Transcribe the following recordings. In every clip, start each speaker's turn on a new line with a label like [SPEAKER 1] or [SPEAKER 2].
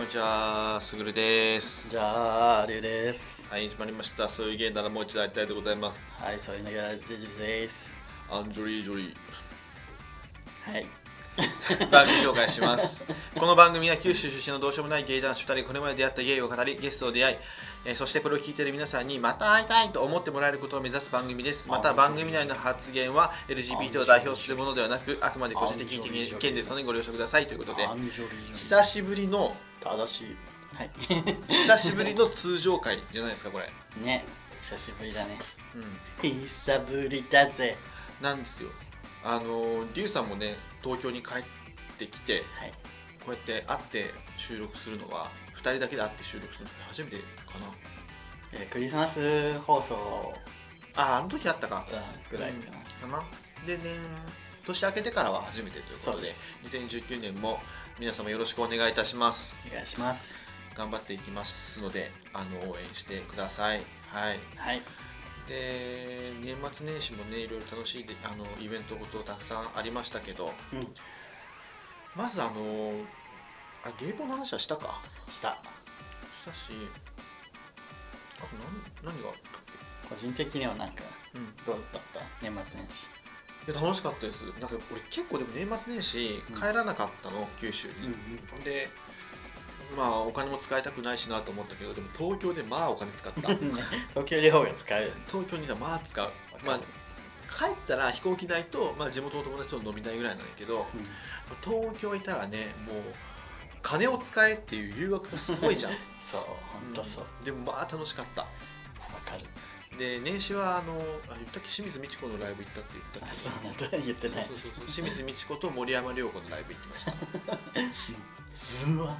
[SPEAKER 1] にちは、すぐるです。
[SPEAKER 2] じゃあ、りゅうです。
[SPEAKER 1] はい、始まりました。そういう芸ならもう一度会いたいでございます。
[SPEAKER 2] はい、そういうのがジェジュです。
[SPEAKER 1] アンジョリージョリ
[SPEAKER 2] はい。
[SPEAKER 1] ー。番組紹介します。この番組は九州出身のどうしようもない芸男子2人、これまで出会った芸を語り、ゲストを出会い、えーそしてこれを聞いている皆さんにまた会いたいと思ってもらえることを目指す番組です。また番組内の発言は LGBT を代表するものではなく、あくまで個人的意見ですのでご了承くださいということで
[SPEAKER 2] ア、ンジョリージョ
[SPEAKER 1] 久しぶりの、
[SPEAKER 2] 正しい。はい。
[SPEAKER 1] 久しぶりの通常会じゃないですか、これ。
[SPEAKER 2] ね、久しぶりだね。
[SPEAKER 1] うん
[SPEAKER 2] 久ぶりだぜ。
[SPEAKER 1] なんですよあのリュウさんもね東京に帰ってきて
[SPEAKER 2] はい。
[SPEAKER 1] こうやって会って収録するのは2人だけで会って収録するのって初めてかな
[SPEAKER 2] えークリスマス放送
[SPEAKER 1] ああの時あったか
[SPEAKER 2] うんぐらいかな。
[SPEAKER 1] かなでね年明けてからは初めてというこ
[SPEAKER 2] そ
[SPEAKER 1] と
[SPEAKER 2] う
[SPEAKER 1] で
[SPEAKER 2] です
[SPEAKER 1] 2019年も皆様よろしくお願いいたします
[SPEAKER 2] お願いします。
[SPEAKER 1] 頑張っていきますのであの応援してくださいはい
[SPEAKER 2] はい。
[SPEAKER 1] で年末年始もねいろいろ楽しいであのイベントことたくさんありましたけど
[SPEAKER 2] うん。
[SPEAKER 1] まずあのあゲイポの話はしたか
[SPEAKER 2] した。
[SPEAKER 1] したしあと何何があったっ
[SPEAKER 2] 個人的にはなんか、
[SPEAKER 1] け、うん、い
[SPEAKER 2] どうだった年末年始。
[SPEAKER 1] や楽しかったですなんか俺結構でも年末年始
[SPEAKER 2] うん
[SPEAKER 1] 帰らなかったの、九州に、
[SPEAKER 2] ん。
[SPEAKER 1] でまあお金も使いたくないしなと思ったけどでも東京でまあお金使った東
[SPEAKER 2] 東京両方が使える。
[SPEAKER 1] 京にいたらまあ使う
[SPEAKER 2] わかる
[SPEAKER 1] まあ帰ったら飛行機代と、まあ、地元の友達と飲み代ぐらいなんやけど
[SPEAKER 2] うん
[SPEAKER 1] 東京いたらねもう金を使えっていう誘惑がすごいじゃん
[SPEAKER 2] そう、ほんとそう。わ
[SPEAKER 1] んでもまあ楽しかった
[SPEAKER 2] かる。
[SPEAKER 1] で年始はあのあ言ったっけ清水美智子のライブ行ったって言ったっ
[SPEAKER 2] あ、
[SPEAKER 1] け
[SPEAKER 2] そうなんだ。言ってない
[SPEAKER 1] そう。そうそう清水美智子と森山良子のライブ行きま した
[SPEAKER 2] うわ、うわな。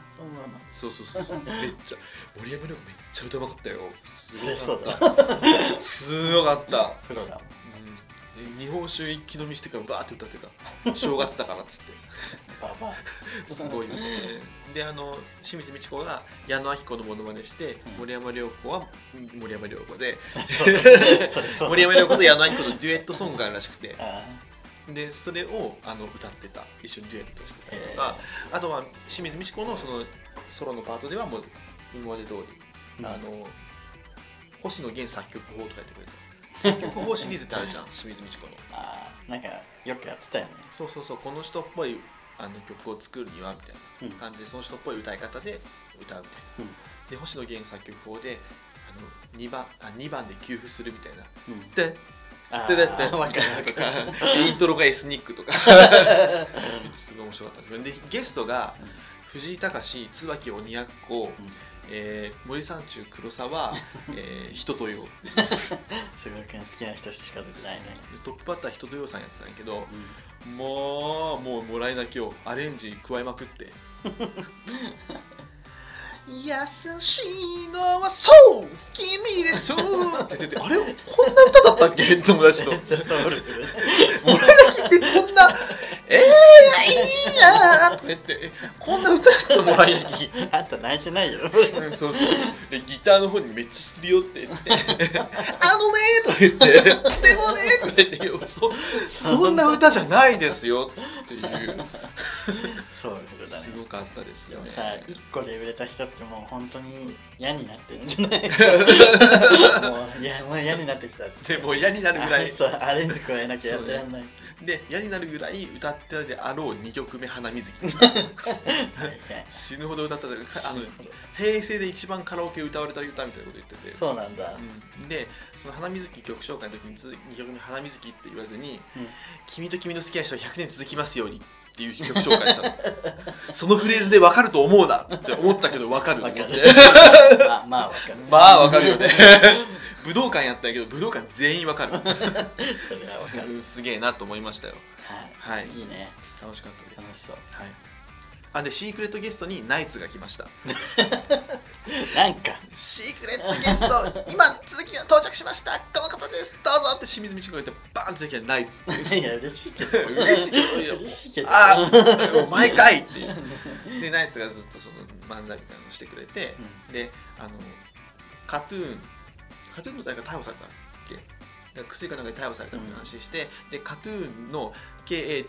[SPEAKER 1] そうそうそうそうめっちゃ森山良子めっちゃ歌うまかったよす
[SPEAKER 2] そりゃ
[SPEAKER 1] ご
[SPEAKER 2] そう
[SPEAKER 1] か
[SPEAKER 2] だ
[SPEAKER 1] ったすごかった、
[SPEAKER 2] プロだもん
[SPEAKER 1] うん、で日本酒一気飲みしてからバーって歌ってた正月だからっ つって
[SPEAKER 2] ババ
[SPEAKER 1] すごいよねであの清水美智子が矢野明子のモノマネして
[SPEAKER 2] うん
[SPEAKER 1] 森山良子は森山良子で
[SPEAKER 2] それそうそれそう
[SPEAKER 1] 森山良子と矢野明子のデュエットソングがあるらしくて
[SPEAKER 2] あ
[SPEAKER 1] でそれをあの歌ってた一緒にデュエットしてたり
[SPEAKER 2] え
[SPEAKER 1] とか、あとは清水美智子のそのソロのパートではもう今まで通り、
[SPEAKER 2] うん
[SPEAKER 1] あの星野源作曲法とか言ってくれた作曲法シリーズってあ るじゃん清水美智子の
[SPEAKER 2] あーなんかよくやってたよね、
[SPEAKER 1] そうそうそうこの人っぽいあの曲を作るにはみたい
[SPEAKER 2] うん
[SPEAKER 1] な感じでその人っぽい歌い方で歌うみたいな、
[SPEAKER 2] うん
[SPEAKER 1] で星野源作曲法であの 2, 番あ2番で給付するみたいな
[SPEAKER 2] う
[SPEAKER 1] 「
[SPEAKER 2] ん、
[SPEAKER 1] で
[SPEAKER 2] あ
[SPEAKER 1] でだって
[SPEAKER 2] ーわかるわ
[SPEAKER 1] と
[SPEAKER 2] か
[SPEAKER 1] か
[SPEAKER 2] る
[SPEAKER 1] イントロがエスニックとかすごい面白かったですけどでゲストが
[SPEAKER 2] うん
[SPEAKER 1] 藤井隆椿鬼奴、えー森三中黒沢、えー、人とよ
[SPEAKER 2] すごい君好きな人しか出てないね、
[SPEAKER 1] でトップバッター人とよさんやってたんやけど
[SPEAKER 2] うん、
[SPEAKER 1] もうもうもらい泣きをアレンジ加えまくって 優しいのはそう君ですって言っててあれこんな歌だったっけ 友達と
[SPEAKER 2] めっちゃソウル
[SPEAKER 1] もらい泣きってこんな「えー、いいな」とか言ってえ「こんな歌だったもらい泣き」
[SPEAKER 2] あんた泣いてないよ
[SPEAKER 1] うん そうそうでギターの方にめっちゃすり寄って って「あのね」とか言って 「でもね」とか言っていやそ そんな歌じゃないですよ」っていう
[SPEAKER 2] ソウルだね
[SPEAKER 1] すごかったです
[SPEAKER 2] で
[SPEAKER 1] よ
[SPEAKER 2] も
[SPEAKER 1] ね
[SPEAKER 2] さ一個で売れた人ってもう本当に嫌になってるんじゃな いもういやもう嫌になってきたっつって
[SPEAKER 1] でもう嫌になるぐら
[SPEAKER 2] あ
[SPEAKER 1] い
[SPEAKER 2] そうアレンジ加えなきゃやってらんない、
[SPEAKER 1] で嫌になるぐらい歌ってたであろう2曲目「花水木」
[SPEAKER 2] 大変
[SPEAKER 1] 死ぬほど歌ったであの平成で一番カラオケ歌われた歌みたいなこと言ってて
[SPEAKER 2] そうなんだ、
[SPEAKER 1] うんでその花水木曲紹介の時に2曲目「花水木」って言わずに「
[SPEAKER 2] うん
[SPEAKER 1] 君と君の好きな人は100年続きますように」っていう曲紹介したのそのフレーズで分かると思うなって思ったけど分かると思 って
[SPEAKER 2] わかるまあまあわかる
[SPEAKER 1] まあ分かるよね 武道館やったんやけど武道館全員分かる
[SPEAKER 2] それはわかる
[SPEAKER 1] うん すげえなと思いましたよ
[SPEAKER 2] は
[SPEAKER 1] はい
[SPEAKER 2] いいいね
[SPEAKER 1] 楽しかったです
[SPEAKER 2] 楽しそ
[SPEAKER 1] は
[SPEAKER 2] う
[SPEAKER 1] いあでシークレットゲストにナイツが来ました
[SPEAKER 2] なんか
[SPEAKER 1] シークレットゲスト 今続きが到着しましたこの方ですどうぞって清水美智子が言ってバーンって時はナイツっていう
[SPEAKER 2] いや嬉しいけど
[SPEAKER 1] 嬉しいけどいや
[SPEAKER 2] 嬉しいけど
[SPEAKER 1] ああ毎回っていうでナイツがずっとその漫才みたいなのをしてくれて、であのカトゥーンカトゥーンの誰か逮捕されたっけだから薬かなんかで逮捕されたって話して、でカトゥーンの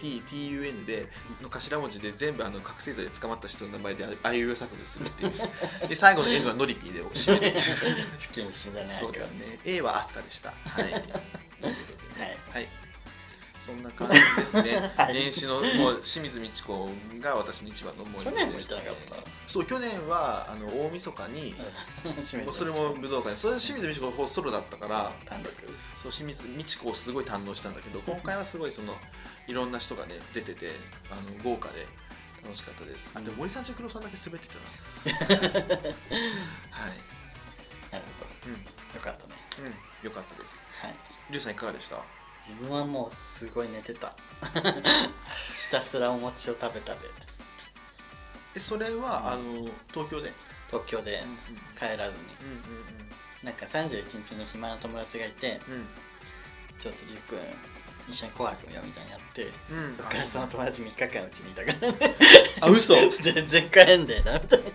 [SPEAKER 1] KATTUN での頭文字で全部あの覚醒剤で捕まった人の名前でああいうえお作文するっていうで最後のエンドはノリピーで締めるっていう
[SPEAKER 2] 不謹慎だね。
[SPEAKER 1] そうですね A はアスカでしたはいということで
[SPEAKER 2] はい。。
[SPEAKER 1] はいそんな感じですね
[SPEAKER 2] はい
[SPEAKER 1] 年始のもう清水美智子が私の一番の思い出
[SPEAKER 2] 去年も
[SPEAKER 1] で
[SPEAKER 2] 行っ
[SPEAKER 1] した
[SPEAKER 2] て
[SPEAKER 1] ね
[SPEAKER 2] なかっ
[SPEAKER 1] そう去年はあの大晦日に、
[SPEAKER 2] た。締め
[SPEAKER 1] も
[SPEAKER 2] て
[SPEAKER 1] うそれも武道館で、それ清水美智子の方ソロだったから、
[SPEAKER 2] そう単独。
[SPEAKER 1] そう清水美智子をすごい堪能したんだけど今回はすごいそのいろんな人がね出ててあの豪華で楽しかったですあでも森さんと黒さんだけ滑ってたな はい、
[SPEAKER 2] なるほ
[SPEAKER 1] うん
[SPEAKER 2] ど。よかったね。
[SPEAKER 1] うん、よかったです
[SPEAKER 2] はい。
[SPEAKER 1] リュウさんいかがでした
[SPEAKER 2] 自分はもうすごい寝てた。ひたすらお餅を食べたで、
[SPEAKER 1] えそれは、あの東京で、
[SPEAKER 2] 東京で帰らずに。
[SPEAKER 1] うんうん
[SPEAKER 2] なんか31日に暇な友達がいて、
[SPEAKER 1] うん
[SPEAKER 2] ちょっとりゅうくん、一緒に紅白よみたいにやって、
[SPEAKER 1] うんうん
[SPEAKER 2] そっからその友達3日間うちにいたから。
[SPEAKER 1] あ嘘
[SPEAKER 2] 全然帰んねえなみたいな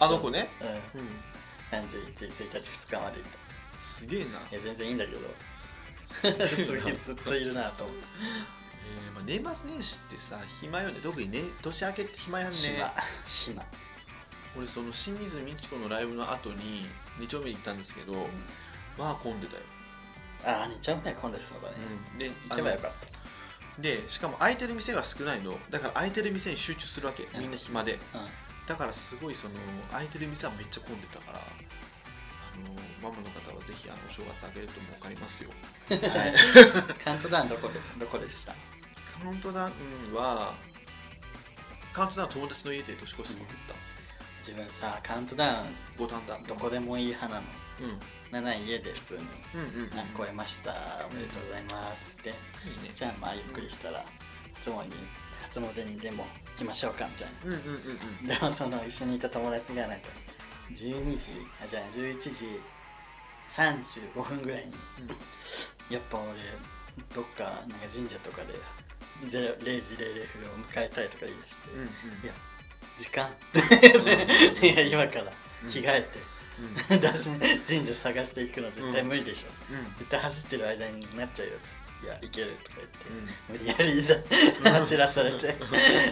[SPEAKER 1] あの子ね、
[SPEAKER 2] そううん
[SPEAKER 1] うん、
[SPEAKER 2] 31 1日2日までいた
[SPEAKER 1] すげえな、
[SPEAKER 2] いや全然いいんだけどすげえずっといるなと思う
[SPEAKER 1] えーまあ、年末年始ってさ暇よね特にね年明けって暇やんね
[SPEAKER 2] 暇暇
[SPEAKER 1] 俺その清水ミチコのライブの後に2丁目行ったんですけど、まあ混んでたよ、
[SPEAKER 2] ああ2丁目は混んでそうだね
[SPEAKER 1] で
[SPEAKER 2] 行けばよ
[SPEAKER 1] あ
[SPEAKER 2] かっ
[SPEAKER 1] のでしかも空いてる店が少ないのだから空いてる店に集中するわけみんな暇で
[SPEAKER 2] たうん
[SPEAKER 1] だからすごいその空いてる店はめっちゃ混んでたからあのママの方はぜひあのお正月あげるともう分かりますよ
[SPEAKER 2] カウントダウンどこでどこでした
[SPEAKER 1] カウントダウンはカウントダウン友達の家で年越しそば食った、
[SPEAKER 2] 自分さカウントダウン
[SPEAKER 1] 五反田
[SPEAKER 2] どこでもいい派なの
[SPEAKER 1] うん
[SPEAKER 2] 7家で普通に
[SPEAKER 1] うんうんうん
[SPEAKER 2] 「あ超えましたおめでとうございます」って
[SPEAKER 1] いいね
[SPEAKER 2] じゃあまあゆっくりしたら初詣に初詣にでも行きましょうかみたいな
[SPEAKER 1] うんうんうんうん
[SPEAKER 2] で もその一緒にいた友達がなんか12時あじゃあ11時35分ぐらいにやっぱ俺どっかなんか神社とかでゼロ0時00分を迎えたいとか言い出して、
[SPEAKER 1] うんうん
[SPEAKER 2] いや時間って いや今から
[SPEAKER 1] うん
[SPEAKER 2] 着替えて、
[SPEAKER 1] うん
[SPEAKER 2] だし神社探していくの絶対無理でしょ、
[SPEAKER 1] うん
[SPEAKER 2] 絶対走ってる間になっちゃうやついや行けるとか言って、
[SPEAKER 1] うん
[SPEAKER 2] 無理やりだ走らされて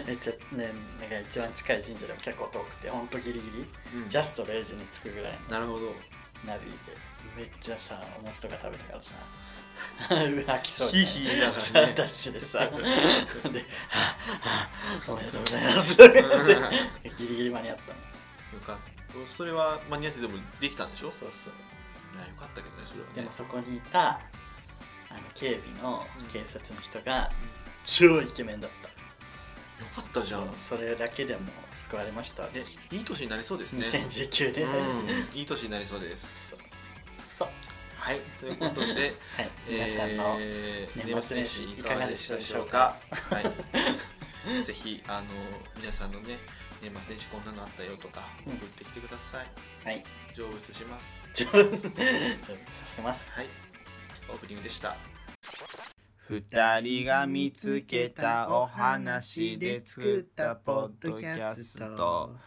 [SPEAKER 2] めっちゃねなんか一番近い神社でも結構遠くてほんとギリギリ
[SPEAKER 1] うん
[SPEAKER 2] ジャスト0時に着くぐらい
[SPEAKER 1] なるほど
[SPEAKER 2] のナビでめっちゃさお餅とか食べたか らさうわ飽きそうになる
[SPEAKER 1] ヒーヒーだからね
[SPEAKER 2] さダッシュ で さではぁ「はぁおめでとうござい ます」ってギリギリ間に合ったの
[SPEAKER 1] よかったそれは間に合ってでもできたんでしょい
[SPEAKER 2] そうそう
[SPEAKER 1] やよかったけどねそれはね
[SPEAKER 2] でもそこにいたあの警備の警察の人が超イケメンだった
[SPEAKER 1] よかったじゃん
[SPEAKER 2] そうそれだけでも救われました
[SPEAKER 1] で
[SPEAKER 2] 私
[SPEAKER 1] いい年になりそうですね
[SPEAKER 2] 2019年、
[SPEAKER 1] うんいい年になりそうです
[SPEAKER 2] そうそう
[SPEAKER 1] はいということで
[SPEAKER 2] はい皆さ んの
[SPEAKER 1] えー
[SPEAKER 2] 年末年始いかがでしたでしょう
[SPEAKER 1] か
[SPEAKER 2] か
[SPEAKER 1] は いぜひあの皆さんのね年末年始こんなのあったよとか送
[SPEAKER 2] うん
[SPEAKER 1] ってきてください
[SPEAKER 2] はい
[SPEAKER 1] 成仏します
[SPEAKER 2] 成仏成仏させます
[SPEAKER 1] はいオープニングでした
[SPEAKER 3] 二人が見つけたお話で作ったポッドキャスト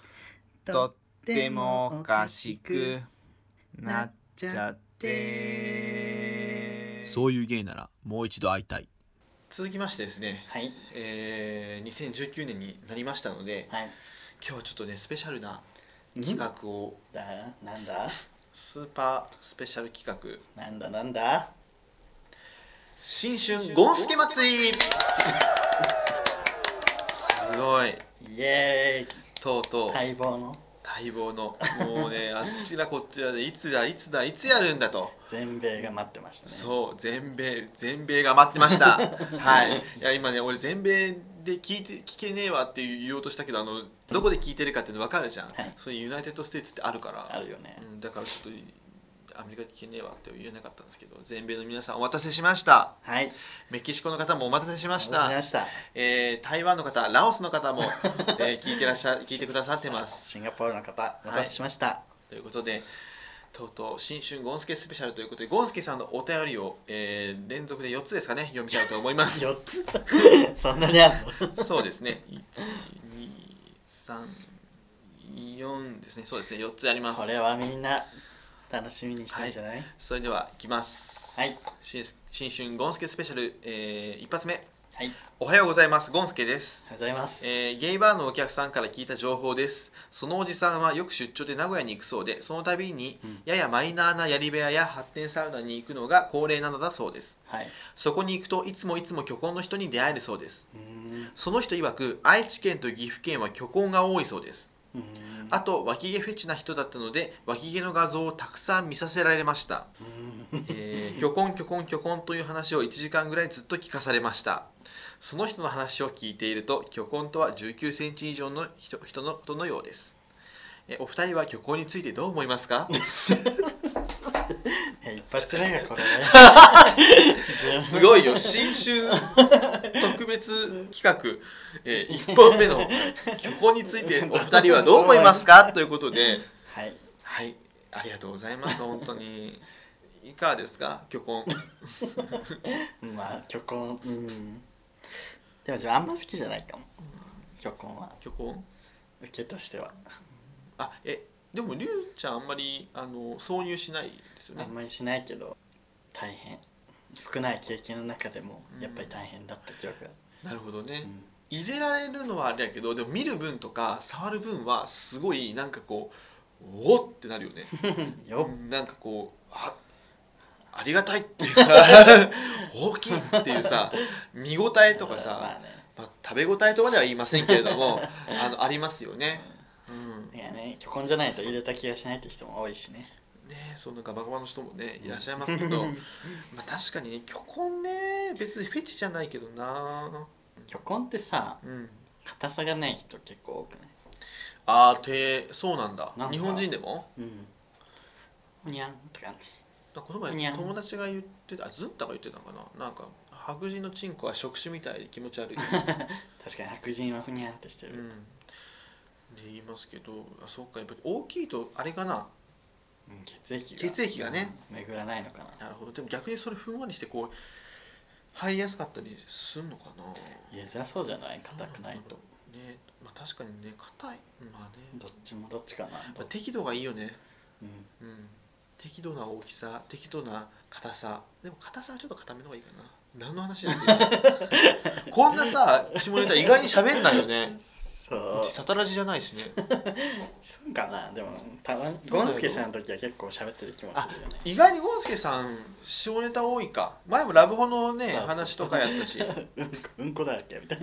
[SPEAKER 3] とってもおかしくなっちゃって
[SPEAKER 1] そういう芸ならもう一度会いたい続きましてですね
[SPEAKER 2] はい
[SPEAKER 1] えー2019年になりましたので
[SPEAKER 2] はい
[SPEAKER 1] 今日はちょっとねスペシャルな企画を
[SPEAKER 2] だなんだ
[SPEAKER 1] スーパースペシャル企画
[SPEAKER 2] なんだなんだ
[SPEAKER 1] 新春ゴンスケ祭り すごい
[SPEAKER 2] イエ
[SPEAKER 1] とうと
[SPEAKER 2] ー
[SPEAKER 1] う
[SPEAKER 2] イ待望の
[SPEAKER 1] 待望のもうね あちらこちらでいつだいつだいつやるんだと
[SPEAKER 2] 全米が待ってましたね
[SPEAKER 1] そう全米全米が待ってました はいいや今ね俺全米で聞いて聞けねえわって言おうとしたけどあのどこで聞いてるかっていうの分かるじゃん、
[SPEAKER 2] はい
[SPEAKER 1] そういうユナイテッド・ステーツってあるから
[SPEAKER 2] あるよね
[SPEAKER 1] うん、だからちょっとアメリカで聞けねえわって言えなかったんですけど全米の皆さんお待たせしました
[SPEAKER 2] はい
[SPEAKER 1] メキシコの方もお待たせしまし
[SPEAKER 2] お待
[SPEAKER 1] た
[SPEAKER 2] たせしました
[SPEAKER 1] えー台湾の方ラオスの方も、えー聞いてらっしゃ聞いてくださってます
[SPEAKER 2] シンガポールの方お待たせしました、
[SPEAKER 1] ということでとうとう新春ゴンスケスペシャルということでゴンスケさんのお便りを、えー連続で4つですかね読みたいと思いま す
[SPEAKER 2] 四つ そんなにあるの
[SPEAKER 1] そうですね1234ですねそうですね4つあります
[SPEAKER 2] これはみんな楽しみにしたんじゃない
[SPEAKER 1] それではいきます
[SPEAKER 2] はい
[SPEAKER 1] 新新春ゴンスケスペシャル、えー一発目
[SPEAKER 2] はい、おは
[SPEAKER 1] おは
[SPEAKER 2] よ
[SPEAKER 1] ようございますゴンスケです
[SPEAKER 2] うございます。
[SPEAKER 1] えーゲイバーのお客さんから聞いた情報ですそのおじさんはよく出張で名古屋に行くそうでその度に
[SPEAKER 2] うん
[SPEAKER 1] ややマイナーなやり部屋や発展サウナに行くのが恒例なのだそうです
[SPEAKER 2] はい。
[SPEAKER 1] そこに行くといつもいつも虚婚の人に出会えるそうです
[SPEAKER 2] うーん。
[SPEAKER 1] その人曰く愛知県と岐阜県は虚婚が多いそうです
[SPEAKER 2] うーん
[SPEAKER 1] あと脇毛フェチな人だったので脇毛の画像をたくさん見させられました、
[SPEAKER 2] うーん
[SPEAKER 1] えー、虚婚虚婚虚婚という話を1時間ぐらいずっと聞かされましたその人の話を聞いていると虚婚とは1 9センチ以上の人人のことのようですえーお二人は虚婚についてどう思いますか
[SPEAKER 2] いや一発目がこれね。
[SPEAKER 1] す
[SPEAKER 2] い。
[SPEAKER 1] ごいよ新春特別企画、え1本目の虚婚についてお二人はどう思いますかということで
[SPEAKER 2] はい。
[SPEAKER 1] はい、ありがとうございます。本当に。いかがですか、虚婚。
[SPEAKER 2] まあ、虚婚。うん。でも自分あんま好きじゃないかも。虚婚は。
[SPEAKER 1] 虚婚。
[SPEAKER 2] 受けとしては。
[SPEAKER 1] あ、え、でも、りゅうちゃん、あんまり、あの、挿入しないですよ
[SPEAKER 2] あ
[SPEAKER 1] ね
[SPEAKER 2] ん。まりしないけど、大変。少ない経験の中でも、やっぱり大変だった記憶が。
[SPEAKER 1] なるほど
[SPEAKER 2] う
[SPEAKER 1] ね。
[SPEAKER 2] ん
[SPEAKER 1] 入れられるのはあれやけど、でも、見る分とか、触る分は、すごい、なんかこう。おおってなるよね。
[SPEAKER 2] よ
[SPEAKER 1] なんかこう、あ。ありがたいっていうか 大きいっていうさ見応え
[SPEAKER 2] っ
[SPEAKER 1] とか
[SPEAKER 2] まあ
[SPEAKER 1] さ、
[SPEAKER 2] ね。
[SPEAKER 1] まあ、食べ応えとまでは言いませんけれどもあのありますよね。うん、
[SPEAKER 2] いやね、虚婚じゃないと入れた気がしないって人も多いしね。
[SPEAKER 1] ねそのガバガバの人もねいらっしゃいますけど まあ確かにね虚婚ね別にフェチじゃないけどな
[SPEAKER 2] 虚婚ってさ、
[SPEAKER 1] うん
[SPEAKER 2] 硬さがない人結構多くない
[SPEAKER 1] ああてそうなんだ
[SPEAKER 2] なんか
[SPEAKER 1] 日本人でも
[SPEAKER 2] うん。むにゃんって感じ。
[SPEAKER 1] なんかこの
[SPEAKER 2] に
[SPEAKER 1] 前
[SPEAKER 2] ゃん
[SPEAKER 1] 友達が言ってたあズンタが言ってたのかななんか白人のチンコは触手みたいで気持ち 悪い、
[SPEAKER 2] 確かに白人はふにゃんってして
[SPEAKER 1] う
[SPEAKER 2] る。
[SPEAKER 1] ん、で言いますけどあそうかやっぱり大きいとあれかな
[SPEAKER 2] うん血液が。
[SPEAKER 1] 血液がね
[SPEAKER 2] うん。巡らないのかな。
[SPEAKER 1] なるほどでも逆にそれふんわりしてこう入りやすかったりすんのかな
[SPEAKER 2] 入れづらそうじゃない硬くないと。
[SPEAKER 1] ねまあ確かにね硬いまあね
[SPEAKER 2] どっちもどっちかな。
[SPEAKER 1] まあ適度がいいよね、
[SPEAKER 2] うん。
[SPEAKER 1] うん、適度な大きさ適度な硬さでも硬さはちょっと硬めの方がいいかな何の話だっ けこんなさ下ネタ意外に喋んないよね
[SPEAKER 2] そう
[SPEAKER 1] うち。サタラジじゃないしね
[SPEAKER 2] そうかな。でも、たまに、
[SPEAKER 1] どう
[SPEAKER 2] ゴ
[SPEAKER 1] だろう
[SPEAKER 2] ンスケさんの時は結構喋ってる気もするよね。
[SPEAKER 1] 意外にゴンスケさん下ネタ多いか前もラブホのね
[SPEAKER 2] そうそう
[SPEAKER 1] 話とかやったし
[SPEAKER 2] うんこ、うんこだらけみたい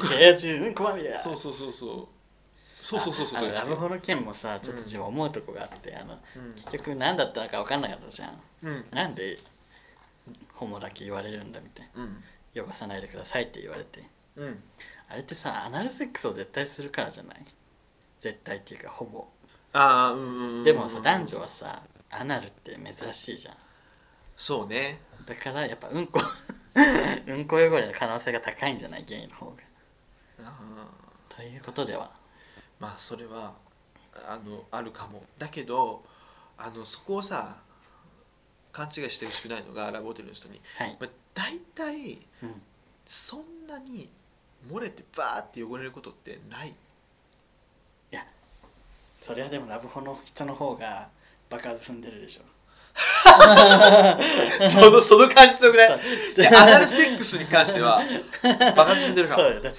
[SPEAKER 2] な。 部屋中、うんこまみれだ。
[SPEAKER 1] そうそうそうそうそうそうそうそう
[SPEAKER 2] ああのラブホ
[SPEAKER 1] の
[SPEAKER 2] の件もさ、ちょっと自分思うとこがあって、あの、
[SPEAKER 1] うん
[SPEAKER 2] 結局何だったのか分かんなかったじゃん。
[SPEAKER 1] うん
[SPEAKER 2] なんでホモだけ言われるんだみたい
[SPEAKER 1] うん
[SPEAKER 2] な汚さないでくださいって言われて
[SPEAKER 1] うん
[SPEAKER 2] あれってさアナルセックスを絶対するからじゃない絶対っていうかほぼ
[SPEAKER 1] ああうんうんうんうん
[SPEAKER 2] でもさ男女はさアナルって珍しいじゃん
[SPEAKER 1] そうね
[SPEAKER 2] だからやっぱうんこ うんこ汚れの可能性が高いんじゃないゲイの方が
[SPEAKER 1] ああ
[SPEAKER 2] ということでは
[SPEAKER 1] まあそれはあのあるかもだけどあのそこをさ勘違いしてほしくないのがラブホテルの人に
[SPEAKER 2] はい、
[SPEAKER 1] まあ大体
[SPEAKER 2] うん、
[SPEAKER 1] そんなに漏れてバーって汚れることってない
[SPEAKER 2] それはでもラブホの人の方が爆発踏んでるでしょ
[SPEAKER 1] そのその感じすごくない
[SPEAKER 2] そ
[SPEAKER 1] で
[SPEAKER 2] う
[SPEAKER 1] アナルセックスに関してはバカ積んでるか
[SPEAKER 2] そ
[SPEAKER 1] ら
[SPEAKER 2] うよだって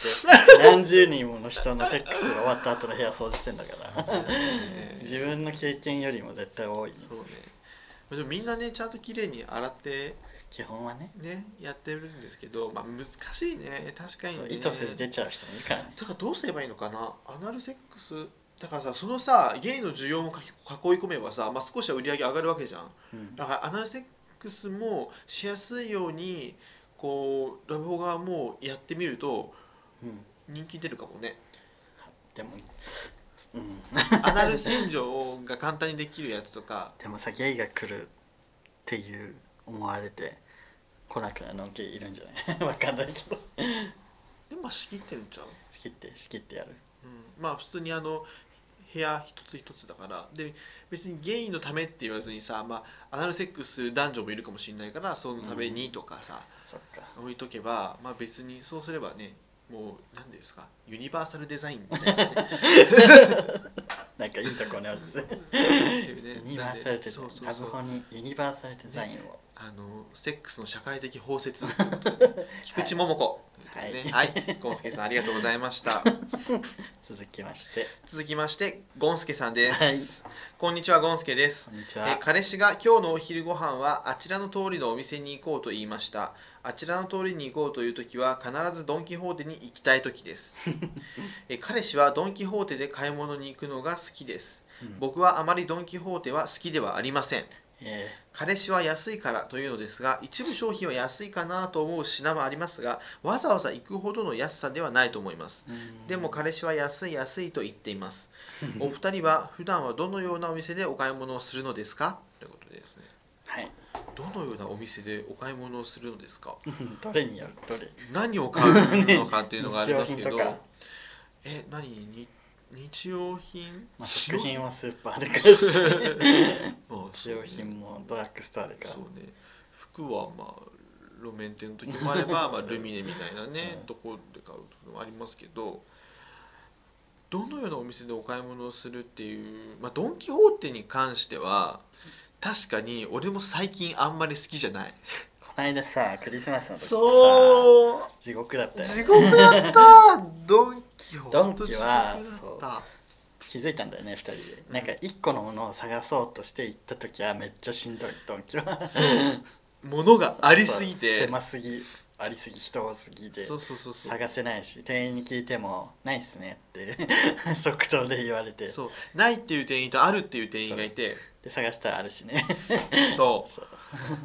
[SPEAKER 2] 何十人もの人のセックスが終わった後の部屋掃除してんだから
[SPEAKER 1] ね
[SPEAKER 2] 自分の経験よりも絶対多い
[SPEAKER 1] そうねまあでもみんなねちゃんと綺麗に洗って
[SPEAKER 2] 基本はね
[SPEAKER 1] ねやってるんですけど、まあ、難しいね確かに
[SPEAKER 2] そう
[SPEAKER 1] ね
[SPEAKER 2] 意図せず出ちゃう人もいるからね
[SPEAKER 1] だからどうすればいいのかなアナルセックスだからさそのさゲイの需要もかき囲い込めばさ、まあ、少しは売り上げ上がるわけじゃん
[SPEAKER 2] うん
[SPEAKER 1] だからアナルセックスもしやすいようにこうラブホ側もやってみると
[SPEAKER 2] うん
[SPEAKER 1] 人気出るかもね
[SPEAKER 2] でもうん
[SPEAKER 1] アナル洗浄が簡単にできるやつとか
[SPEAKER 2] でもさゲイが来るっていう思われて来なくなるのゲイいるんじゃない わかんないけど
[SPEAKER 1] でまあ仕切ってるんちゃう、
[SPEAKER 2] 仕切って仕切ってやる
[SPEAKER 1] うん、まあ普通にあの部屋一つ一つだからで別にゲイのためって言わずにさ、まあ、アナルセックスする男女もいるかもしれないからそのためにとかさ、
[SPEAKER 2] そっか
[SPEAKER 1] 置いとけば、まあ、別にそうすればねもう何ですかユニバーサルデザインみたいなね
[SPEAKER 2] なんかいいとこね落ち着いてユニバーサルデザイ
[SPEAKER 1] そう
[SPEAKER 2] ン
[SPEAKER 1] そう
[SPEAKER 2] ラ
[SPEAKER 1] そ
[SPEAKER 2] ブ
[SPEAKER 1] う
[SPEAKER 2] ホにユニバーサルデザインを
[SPEAKER 1] あのセックスの社会的包摂ということでね、菊池桃子、というねはいゴンスケさんありがとうございました
[SPEAKER 2] 続きまして
[SPEAKER 1] 続きましてゴンスケさんです、こんにちはゴンスケです
[SPEAKER 2] こんにち
[SPEAKER 1] え
[SPEAKER 2] は
[SPEAKER 1] ー彼氏が今日のお昼ご飯はあちらの通りのお店に行こうと言いましたあちらの通りに行こうという時は必ずドン・キホーテに行きたい時ですえー彼氏はドン・キホーテで買い物に行くのが好きです
[SPEAKER 2] うん
[SPEAKER 1] 僕はあまりドン・キホーテは好きではありません
[SPEAKER 2] え
[SPEAKER 1] 彼氏は安いからというのですが一部商品は安いかなと思う品もありますがわざわざ行くほどの安さではないと思います
[SPEAKER 2] ーうん
[SPEAKER 1] でも彼氏は安い安いと言ってい ます。お二人は普段はどのようなお店でお買い物をするのですかということですね。
[SPEAKER 2] はい
[SPEAKER 1] どのようなお店でお買い物をするのです か
[SPEAKER 2] うんどれによるどれ
[SPEAKER 1] 何を買うのかっていうのがあ
[SPEAKER 2] 日
[SPEAKER 1] り
[SPEAKER 2] 用
[SPEAKER 1] ます
[SPEAKER 2] 品
[SPEAKER 1] けど
[SPEAKER 2] とか、
[SPEAKER 1] え、何に日用品
[SPEAKER 2] まあ、食品はスーパーで買 うし日
[SPEAKER 1] 日
[SPEAKER 2] 用品もドラッグストアで買う
[SPEAKER 1] そうね。服はまあ路面店の時もあれ ば、まあ、ルミネみたいなね
[SPEAKER 2] う、ん
[SPEAKER 1] とこで買うのもありますけどどのようなお店でお買い物をするっていう、まあ、ドン・キホーテに関しては確かに俺も最近あんまり好きじゃない
[SPEAKER 2] こないださクリスマスの時さ
[SPEAKER 1] そう
[SPEAKER 2] 地獄だったよ ね
[SPEAKER 1] 地獄だったドン・キホーテ
[SPEAKER 2] ドンキは
[SPEAKER 1] 地獄だっ
[SPEAKER 2] 気づいたんだよね2人でなんか1個のものを探そうとして行った時はめっちゃしんどいドンキは
[SPEAKER 1] たそうものがありすぎ
[SPEAKER 2] そう
[SPEAKER 1] て
[SPEAKER 2] 狭すぎありすぎ人多すぎで
[SPEAKER 1] そうそうそうそう
[SPEAKER 2] 探せないし店員に聞いても「ないっすね」って 即答で言われて
[SPEAKER 1] そうないっていう店員とあるっていう店員がいて
[SPEAKER 2] で探したらあるしね
[SPEAKER 1] そう
[SPEAKER 2] そう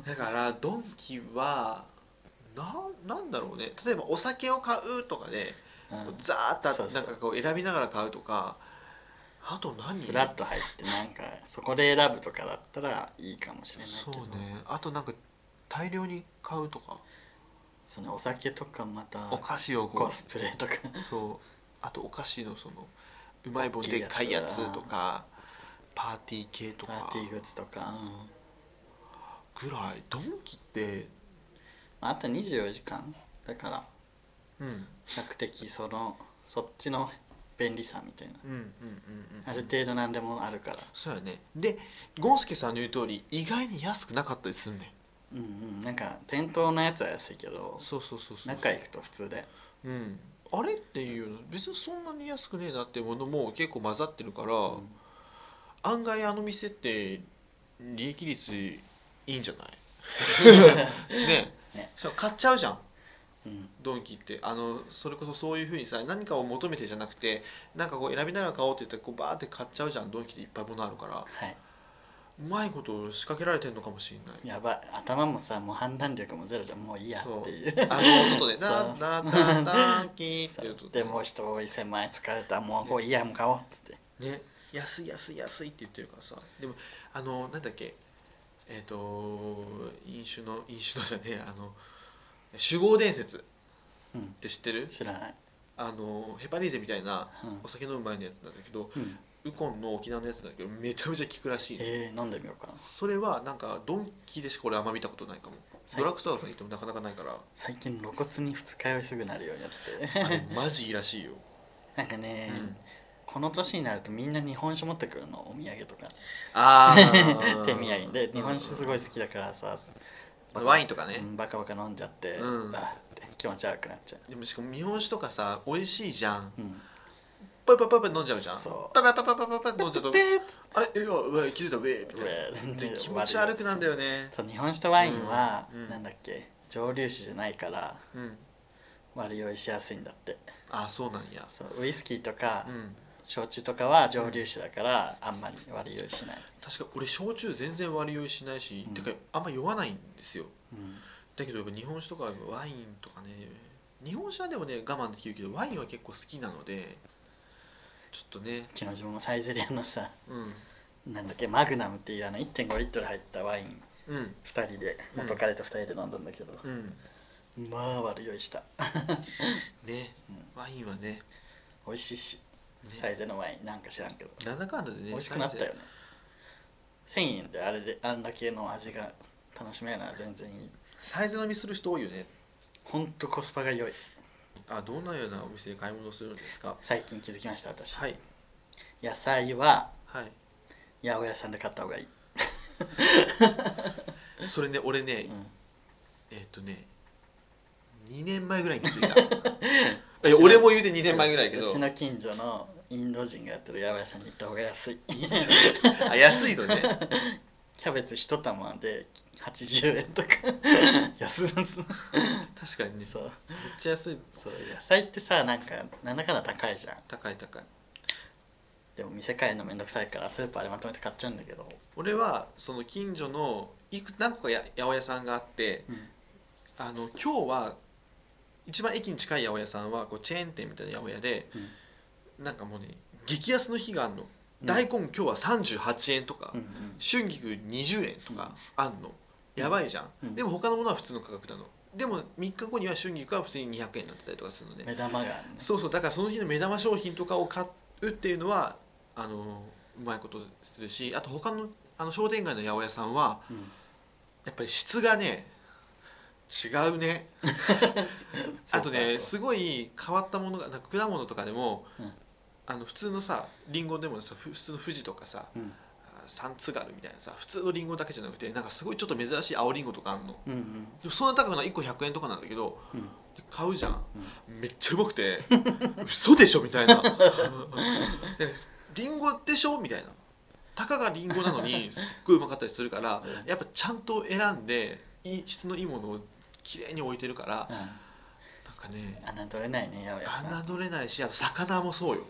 [SPEAKER 1] だからドンキはななんだろうね例えばお酒を買うとかで、
[SPEAKER 2] うん
[SPEAKER 1] ザーッとあ
[SPEAKER 2] そうそ
[SPEAKER 1] な
[SPEAKER 2] うん
[SPEAKER 1] かこう選びながら買うとかあと何
[SPEAKER 2] フラッと入ってなんかそこで選ぶとかだったらいいかもしれないけ
[SPEAKER 1] そ
[SPEAKER 2] ど
[SPEAKER 1] うねあとなんか大量に買うとか
[SPEAKER 2] そのお酒とかまた
[SPEAKER 1] お菓子をこ
[SPEAKER 2] コスプレとか
[SPEAKER 1] うそうあとお菓子のそのうまい棒でっかいやつとかパーティー系と
[SPEAKER 2] パ
[SPEAKER 1] か
[SPEAKER 2] ーティーグッズとか、うん
[SPEAKER 1] ぐらいドンキって
[SPEAKER 2] あと24時間だから
[SPEAKER 1] うん
[SPEAKER 2] 比較的そのそっちの便利さみたいな
[SPEAKER 1] うんうんうんうん
[SPEAKER 2] ある程度何でもあるから
[SPEAKER 1] そうやねでゴンスケさんの言う通り意外に安くなかったりすんねん
[SPEAKER 2] うんうんなんか店頭のやつは安いけど
[SPEAKER 1] そうそうそうそう
[SPEAKER 2] 中行くと普通で
[SPEAKER 1] うん、あれっていうような別にそんなに安くねえなっていうものも結構混ざってるから、
[SPEAKER 2] うん
[SPEAKER 1] 案外あの店って利益率いいんじゃない ね
[SPEAKER 2] ね
[SPEAKER 1] しかも買っちゃうじゃん
[SPEAKER 2] うん
[SPEAKER 1] ドンキってあのそれこそそういうふうにさ何かを求めてじゃなくてなんかこう選びながら買おうって言ってこうバーって買っちゃうじゃんドンキっていっぱいものあるから
[SPEAKER 2] は
[SPEAKER 1] うまいこと仕掛けられてるのかもしれない
[SPEAKER 2] いやばい頭もさもう判断力もゼロじゃんもういいや
[SPEAKER 1] そう
[SPEAKER 2] っていう
[SPEAKER 1] あの音で「
[SPEAKER 2] そう
[SPEAKER 1] ななななキー」って
[SPEAKER 2] そう
[SPEAKER 1] 言うと
[SPEAKER 2] でもう人多い狭い疲れたもうこういいやもう買おうっつって
[SPEAKER 1] ね安い安い安いって言ってるからさでもあのなんだっけえっ、と飲酒の飲酒のじゃねえあの酒豪伝説っ
[SPEAKER 2] うん
[SPEAKER 1] て知ってる
[SPEAKER 2] 知らない
[SPEAKER 1] あのヘパリーゼみたいな
[SPEAKER 2] うん
[SPEAKER 1] お酒飲む前のやつなんだけど
[SPEAKER 2] うん
[SPEAKER 1] ウコンの沖縄のやつなんだけどめちゃめちゃ効くらしいの
[SPEAKER 2] えー、飲んでみようかな
[SPEAKER 1] それはなんかドンキでしか俺あんま見たことないかも
[SPEAKER 2] 最
[SPEAKER 1] ドラッグストアとか行ってもなかなかない から
[SPEAKER 2] 最近露骨に二日酔いすぐなるようになって
[SPEAKER 1] あれ
[SPEAKER 2] て
[SPEAKER 1] マジいいらしいよ、
[SPEAKER 2] なんか
[SPEAKER 1] う
[SPEAKER 2] ね、
[SPEAKER 1] ん、
[SPEAKER 2] この年になるとみんな日本酒持ってくるのお土産とか
[SPEAKER 1] あ
[SPEAKER 2] 手土産で日本酒すごい好きだからさバカ
[SPEAKER 1] ワインとかね
[SPEAKER 2] うんバカバカ飲んじゃって、
[SPEAKER 1] うん
[SPEAKER 2] あって気持ち悪くなっちゃ
[SPEAKER 1] でもしかも日本酒とかさ美味しいじゃん
[SPEAKER 2] う、うん、
[SPEAKER 1] パイパイパイパイ飲んじゃうじゃん
[SPEAKER 2] そう
[SPEAKER 1] パイパイパイパイパイパイ飲んじ ゃうと
[SPEAKER 2] ペーッつっ
[SPEAKER 1] あれうわうわ気づいたウェーみたいな
[SPEAKER 2] て
[SPEAKER 1] で気持ち悪くなんだよね
[SPEAKER 2] そう日本酒とワインは、
[SPEAKER 1] うんうん
[SPEAKER 2] なんだっけ蒸留酒じゃないから
[SPEAKER 1] うん
[SPEAKER 2] 割り酔いしやすいんだって
[SPEAKER 1] あそうなんや
[SPEAKER 2] そうウイスキーとか、
[SPEAKER 1] うん
[SPEAKER 2] 焼酎とかは蒸留酒だからあんまり割り酔いしない、
[SPEAKER 1] 確か俺焼酎全然割り酔いしないし、
[SPEAKER 2] うん
[SPEAKER 1] てかあんま酔わないんですよ
[SPEAKER 2] うん
[SPEAKER 1] だけどやっぱ日本酒とかワインとかね日本酒はでもね我慢できるけどワインは結構好きなのでちょっとね
[SPEAKER 2] 昨日自分もサイゼリアのさ
[SPEAKER 1] うん
[SPEAKER 2] なんだっけマグナムっていうあの1.5リットル入ったワイン
[SPEAKER 1] うん
[SPEAKER 2] 2人で
[SPEAKER 1] うん
[SPEAKER 2] 元彼と2人で飲んだんだけど、
[SPEAKER 1] うん
[SPEAKER 2] まあ悪酔いした
[SPEAKER 1] ね、
[SPEAKER 2] うん
[SPEAKER 1] ワインはね
[SPEAKER 2] 美味しいし
[SPEAKER 1] ね
[SPEAKER 2] サイゼのワインなんか知らんけど、
[SPEAKER 1] なんだかんだでね
[SPEAKER 2] 美味しくなったよ
[SPEAKER 1] サイ
[SPEAKER 2] ね1000円であれであんだけの味が楽しめるなら全然いい
[SPEAKER 1] ズサイズ飲みする人多いよね
[SPEAKER 2] ほんとコスパが良い
[SPEAKER 1] あどんなようなお店で買い物するんですか
[SPEAKER 2] 最近気づきました私、
[SPEAKER 1] はい
[SPEAKER 2] 野菜は
[SPEAKER 1] はい
[SPEAKER 2] 八百屋さんで買った方がいい、
[SPEAKER 1] それね俺ね
[SPEAKER 2] うん
[SPEAKER 1] えーっとね2年前ぐらいに気づ いたえ俺も言うて2年前ぐらいやけど
[SPEAKER 2] うちの近所のインド人がやってるヤバ屋さんに行った方が安い
[SPEAKER 1] あ安いの ね
[SPEAKER 2] キャベツ一玉で80円とか 安い
[SPEAKER 1] 確かにね
[SPEAKER 2] そう
[SPEAKER 1] めっちゃ安い
[SPEAKER 2] そう野菜ってさなんかなんだかんだ高いじゃん
[SPEAKER 1] 高い高い
[SPEAKER 2] でも店変えるのめんどくさいからスーパーでまとめて買っちゃうんだけど、
[SPEAKER 1] 俺はその近所のいく何個かや八百屋さんがあって
[SPEAKER 2] うん
[SPEAKER 1] あの今日は一番駅に近い八百屋さんはこうチェーン店みたいな八百屋で、なんかもうね激安の日があんの、大根今日は38円とか、
[SPEAKER 2] うんうん
[SPEAKER 1] 春菊20円とかあんのやばいじゃん、
[SPEAKER 2] うん
[SPEAKER 1] でも他のものは普通の価格なのでも3日後には春菊は普通に200円になってたりとかするので、
[SPEAKER 2] 目玉があるね
[SPEAKER 1] そうそうだからその日の目玉商品とかを買うっていうのはあのうまいことするしあと他のあの商店街の八百屋さんは
[SPEAKER 2] うん
[SPEAKER 1] やっぱり質がね違うねあとねすごい変わったものがなんか果物とかでも、
[SPEAKER 2] うん
[SPEAKER 1] あの普通のさリンゴでもさふ普通の富士とかさ
[SPEAKER 2] うん
[SPEAKER 1] あサンツガルみたいなさ普通のリンゴだけじゃなくてなんかすごいちょっと珍しい青リンゴとかあんの
[SPEAKER 2] うんうん
[SPEAKER 1] でもそんな高くない1個100円とかなんだけど
[SPEAKER 2] うん
[SPEAKER 1] 買うじゃん、めっちゃうまくて嘘でしょみたいなでリンゴでしょみたいなたかがリンゴなのにすっごいうまかったりするから
[SPEAKER 2] う
[SPEAKER 1] やっぱちゃんと選んでいい質のいいものをきれいに置いてるからなんかね
[SPEAKER 2] うん侮れないね八百屋さん
[SPEAKER 1] 侮れないしあと魚もそうよ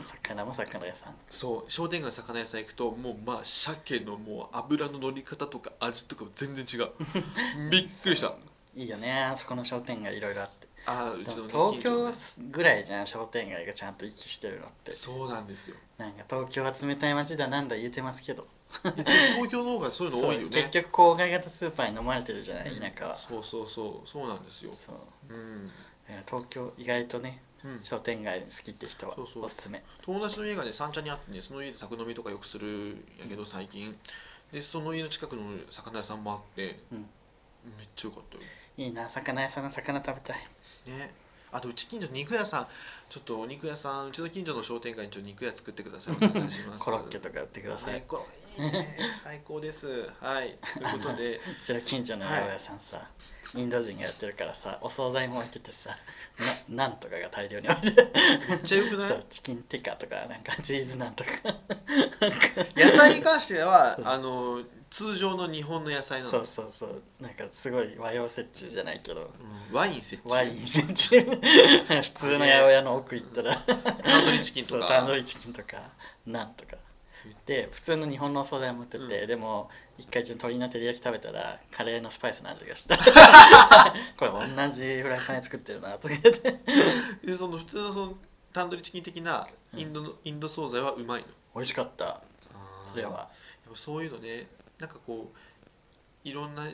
[SPEAKER 2] 魚も魚屋さん
[SPEAKER 1] そう商店街の魚屋さん行くともうまあ鮭のもう油の乗り方とか味とかも全然違 うびっくりした
[SPEAKER 2] いいよねあそこの商店街いろいろあって
[SPEAKER 1] ああう
[SPEAKER 2] で
[SPEAKER 1] ちの
[SPEAKER 2] も
[SPEAKER 1] ね近
[SPEAKER 2] 東
[SPEAKER 1] 所の
[SPEAKER 2] 京
[SPEAKER 1] ね
[SPEAKER 2] ぐらいじゃん商店街がちゃんと息してるのって
[SPEAKER 1] そうなんですよ
[SPEAKER 2] なんか東京は冷たい街だなんだ言うてますけど
[SPEAKER 1] 東京の方がそういうの多いよ
[SPEAKER 2] そ
[SPEAKER 1] ね
[SPEAKER 2] う結局郊外型スーパーに飲まれてるじゃない田舎は
[SPEAKER 1] そうそうそうそうなんですよ
[SPEAKER 2] そう
[SPEAKER 1] うん、
[SPEAKER 2] だから東京意外とね
[SPEAKER 1] うん、
[SPEAKER 2] 商店街好きって人は
[SPEAKER 1] そうそう
[SPEAKER 2] おすすめ
[SPEAKER 1] 友達の家がね三茶にあってねその家で宅飲みとかよくするんやけど最近でその家の近くの魚屋さんもあって、
[SPEAKER 2] うん
[SPEAKER 1] めっちゃよかったよ
[SPEAKER 2] いいな魚屋さんの魚食べたい
[SPEAKER 1] ねあとうち近所の肉屋さんちょっとお肉屋さんうちの近所の商店街にちょっと肉屋作ってくださいお願いします
[SPEAKER 2] コロッケとか売ってください
[SPEAKER 1] 最高いいね最高ですはいということ で
[SPEAKER 2] うちの近所の八百屋さんさ、インド人がやってるからさお惣菜も置いててさななんとかが大量に置いて
[SPEAKER 1] めっちゃよくな
[SPEAKER 2] そう
[SPEAKER 1] い
[SPEAKER 2] チキンティカとかなんかチーズなんとか
[SPEAKER 1] 野菜に関しては
[SPEAKER 2] そう
[SPEAKER 1] あの通常の日本の野菜なの
[SPEAKER 2] そうそうそうなんかすごい和洋折衷じゃない けど
[SPEAKER 1] うんワイン設置
[SPEAKER 2] ワイン折衷普通の八百屋の奥行ったら
[SPEAKER 1] タンドリーチキンと
[SPEAKER 2] そ
[SPEAKER 1] か
[SPEAKER 2] うタンドリーチキンとかなんとかで普通の日本のお惣菜も売ってて、でも一回ちょっと鶏の照り焼き食べたらカレーのスパイスの味がした これ同じフライパンで作ってるなとか言って
[SPEAKER 1] でその普通のそのタンドリーチキン的なインドの、インド惣菜はうまいの
[SPEAKER 2] 美味しかったそれ
[SPEAKER 1] やっ
[SPEAKER 2] は
[SPEAKER 1] ぱそういうのねなんかこういろんな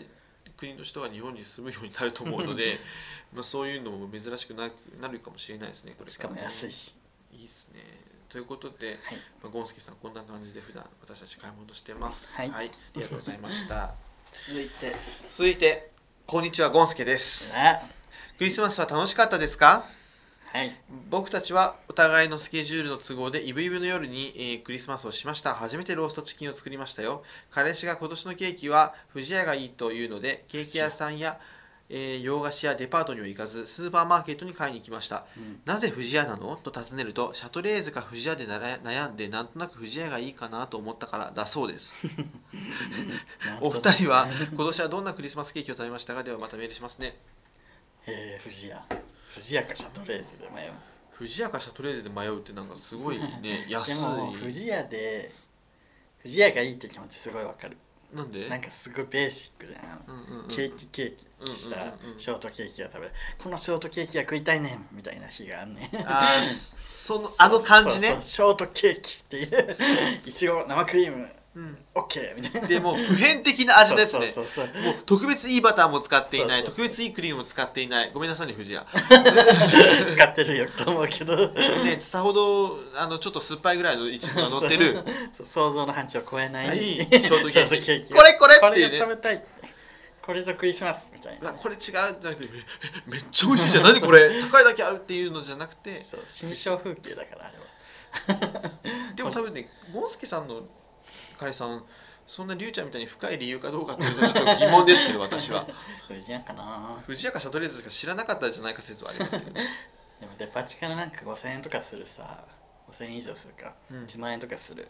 [SPEAKER 1] 国の人が日本に住むようになると思うので まあそういうのも珍しくななるかもしれないですねこれ
[SPEAKER 2] し
[SPEAKER 1] か
[SPEAKER 2] からも
[SPEAKER 1] ね
[SPEAKER 2] 安いし
[SPEAKER 1] いいですねということで、
[SPEAKER 2] はい
[SPEAKER 1] まあ、ゴンスケさんこんな感じで普段私たち買い物してます
[SPEAKER 2] はい
[SPEAKER 1] ありがとうございました
[SPEAKER 2] 続いて
[SPEAKER 1] 続いてこんにちはゴンスケです
[SPEAKER 2] あ
[SPEAKER 1] クリスマスは楽しかったですか
[SPEAKER 2] はい
[SPEAKER 1] 僕たちはお互いのスケジュールの都合でイブイブの夜に、えークリスマスをしました初めてローストチキンを作りましたよ彼氏が今年のケーキは藤屋がいいというのでケーキ屋さんや、えー洋菓子やデパートには行かずスーパーマーケットに買いに行きました、
[SPEAKER 2] うん
[SPEAKER 1] なぜ藤屋なのと尋ねるとシャトレーゼか藤屋でなら悩んでなんとなく藤屋がいいかなと思ったからだそうです
[SPEAKER 2] なんと
[SPEAKER 1] お二人は今年はどんなクリスマスケーキを食べましたかではまたメールしますね
[SPEAKER 2] えー、富士屋富士屋かシャトレーゼで迷う
[SPEAKER 1] 藤屋かシャトレーゼで迷うってなんかすごいね安
[SPEAKER 2] で
[SPEAKER 1] い
[SPEAKER 2] も富士屋で富士屋がいいって気持ちすごいわかる
[SPEAKER 1] なんで
[SPEAKER 2] なんかすごいベーシックじゃんあの
[SPEAKER 1] うんうんうん
[SPEAKER 2] ケーキケーキし
[SPEAKER 1] うん
[SPEAKER 2] た
[SPEAKER 1] うんうんうん
[SPEAKER 2] ショートケーキが食べれるこのショートケーキが食いたいねんみたいな日があんねん
[SPEAKER 1] あ ーそのあの感じ
[SPEAKER 2] そうそ
[SPEAKER 1] ね
[SPEAKER 2] うショートケーキっていういちご生クリーム
[SPEAKER 1] うん
[SPEAKER 2] オッケーみたいな
[SPEAKER 1] でもう普遍的な味ですね
[SPEAKER 2] そうそうそうそ
[SPEAKER 1] も
[SPEAKER 2] う
[SPEAKER 1] う特別いいバターも使っていない
[SPEAKER 2] そうそうそう
[SPEAKER 1] 特別いいクリームも使っていないごめんなさいね藤谷
[SPEAKER 2] 使ってるよと思うけど
[SPEAKER 1] ねさほどあのちょっと酸っぱいぐらいのイチゴが乗ってる
[SPEAKER 2] そう想像の範疇を超えない
[SPEAKER 1] はいショー トケーキ
[SPEAKER 2] が
[SPEAKER 1] これこれっていうね
[SPEAKER 2] これが食べたいこれぞクリスマスみたいうな
[SPEAKER 1] わこれ違うじゃなくて めめっちゃ美味しいじゃん何これ高いだけあるっていうのじゃなくて
[SPEAKER 2] そう新象風景だからあれは
[SPEAKER 1] でも多分ねゴンスケさんの彼氏さんそんなりゅうちゃんみたいに深い理由かどうかっていうのはちょっと疑問ですけど私は
[SPEAKER 2] 藤屋かな
[SPEAKER 1] 藤谷かシャトレーゼしか知らなかったんじゃないか説はありますけどね、
[SPEAKER 2] でもデパ地下のなんか5000円とかするさ5000円以上するか、
[SPEAKER 1] うん
[SPEAKER 2] 1万円とかする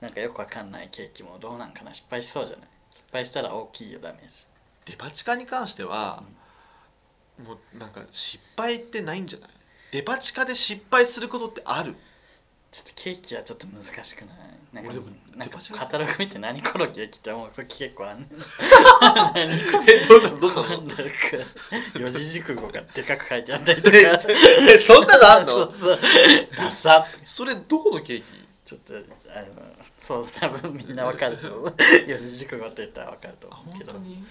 [SPEAKER 2] なんかよくわかんないケーキもどうなんかな失敗しそうじゃない失敗したら大きいよダメージ
[SPEAKER 1] デパ地下に関しては、もうなんか失敗ってないんじゃないデパ地下で失敗することってある
[SPEAKER 2] ちょっとケーキはちょっと難しくないなんか
[SPEAKER 1] 俺でも
[SPEAKER 2] なんか
[SPEAKER 1] デパ地下
[SPEAKER 2] カタログ見て何このケーキって思う時結 構あんねん何こ
[SPEAKER 1] え どんなのどんな
[SPEAKER 2] なん
[SPEAKER 1] の
[SPEAKER 2] か四字熟語がでかく書いてあったりとか
[SPEAKER 1] えそえそんなのあんの
[SPEAKER 2] そうそうダサ
[SPEAKER 1] それどこのケーキ
[SPEAKER 2] ちょっとあのそう多分みんなわかると 思う四字熟語って言ったらわかると
[SPEAKER 1] あ
[SPEAKER 2] 思う
[SPEAKER 1] 本
[SPEAKER 2] けど
[SPEAKER 1] 当に、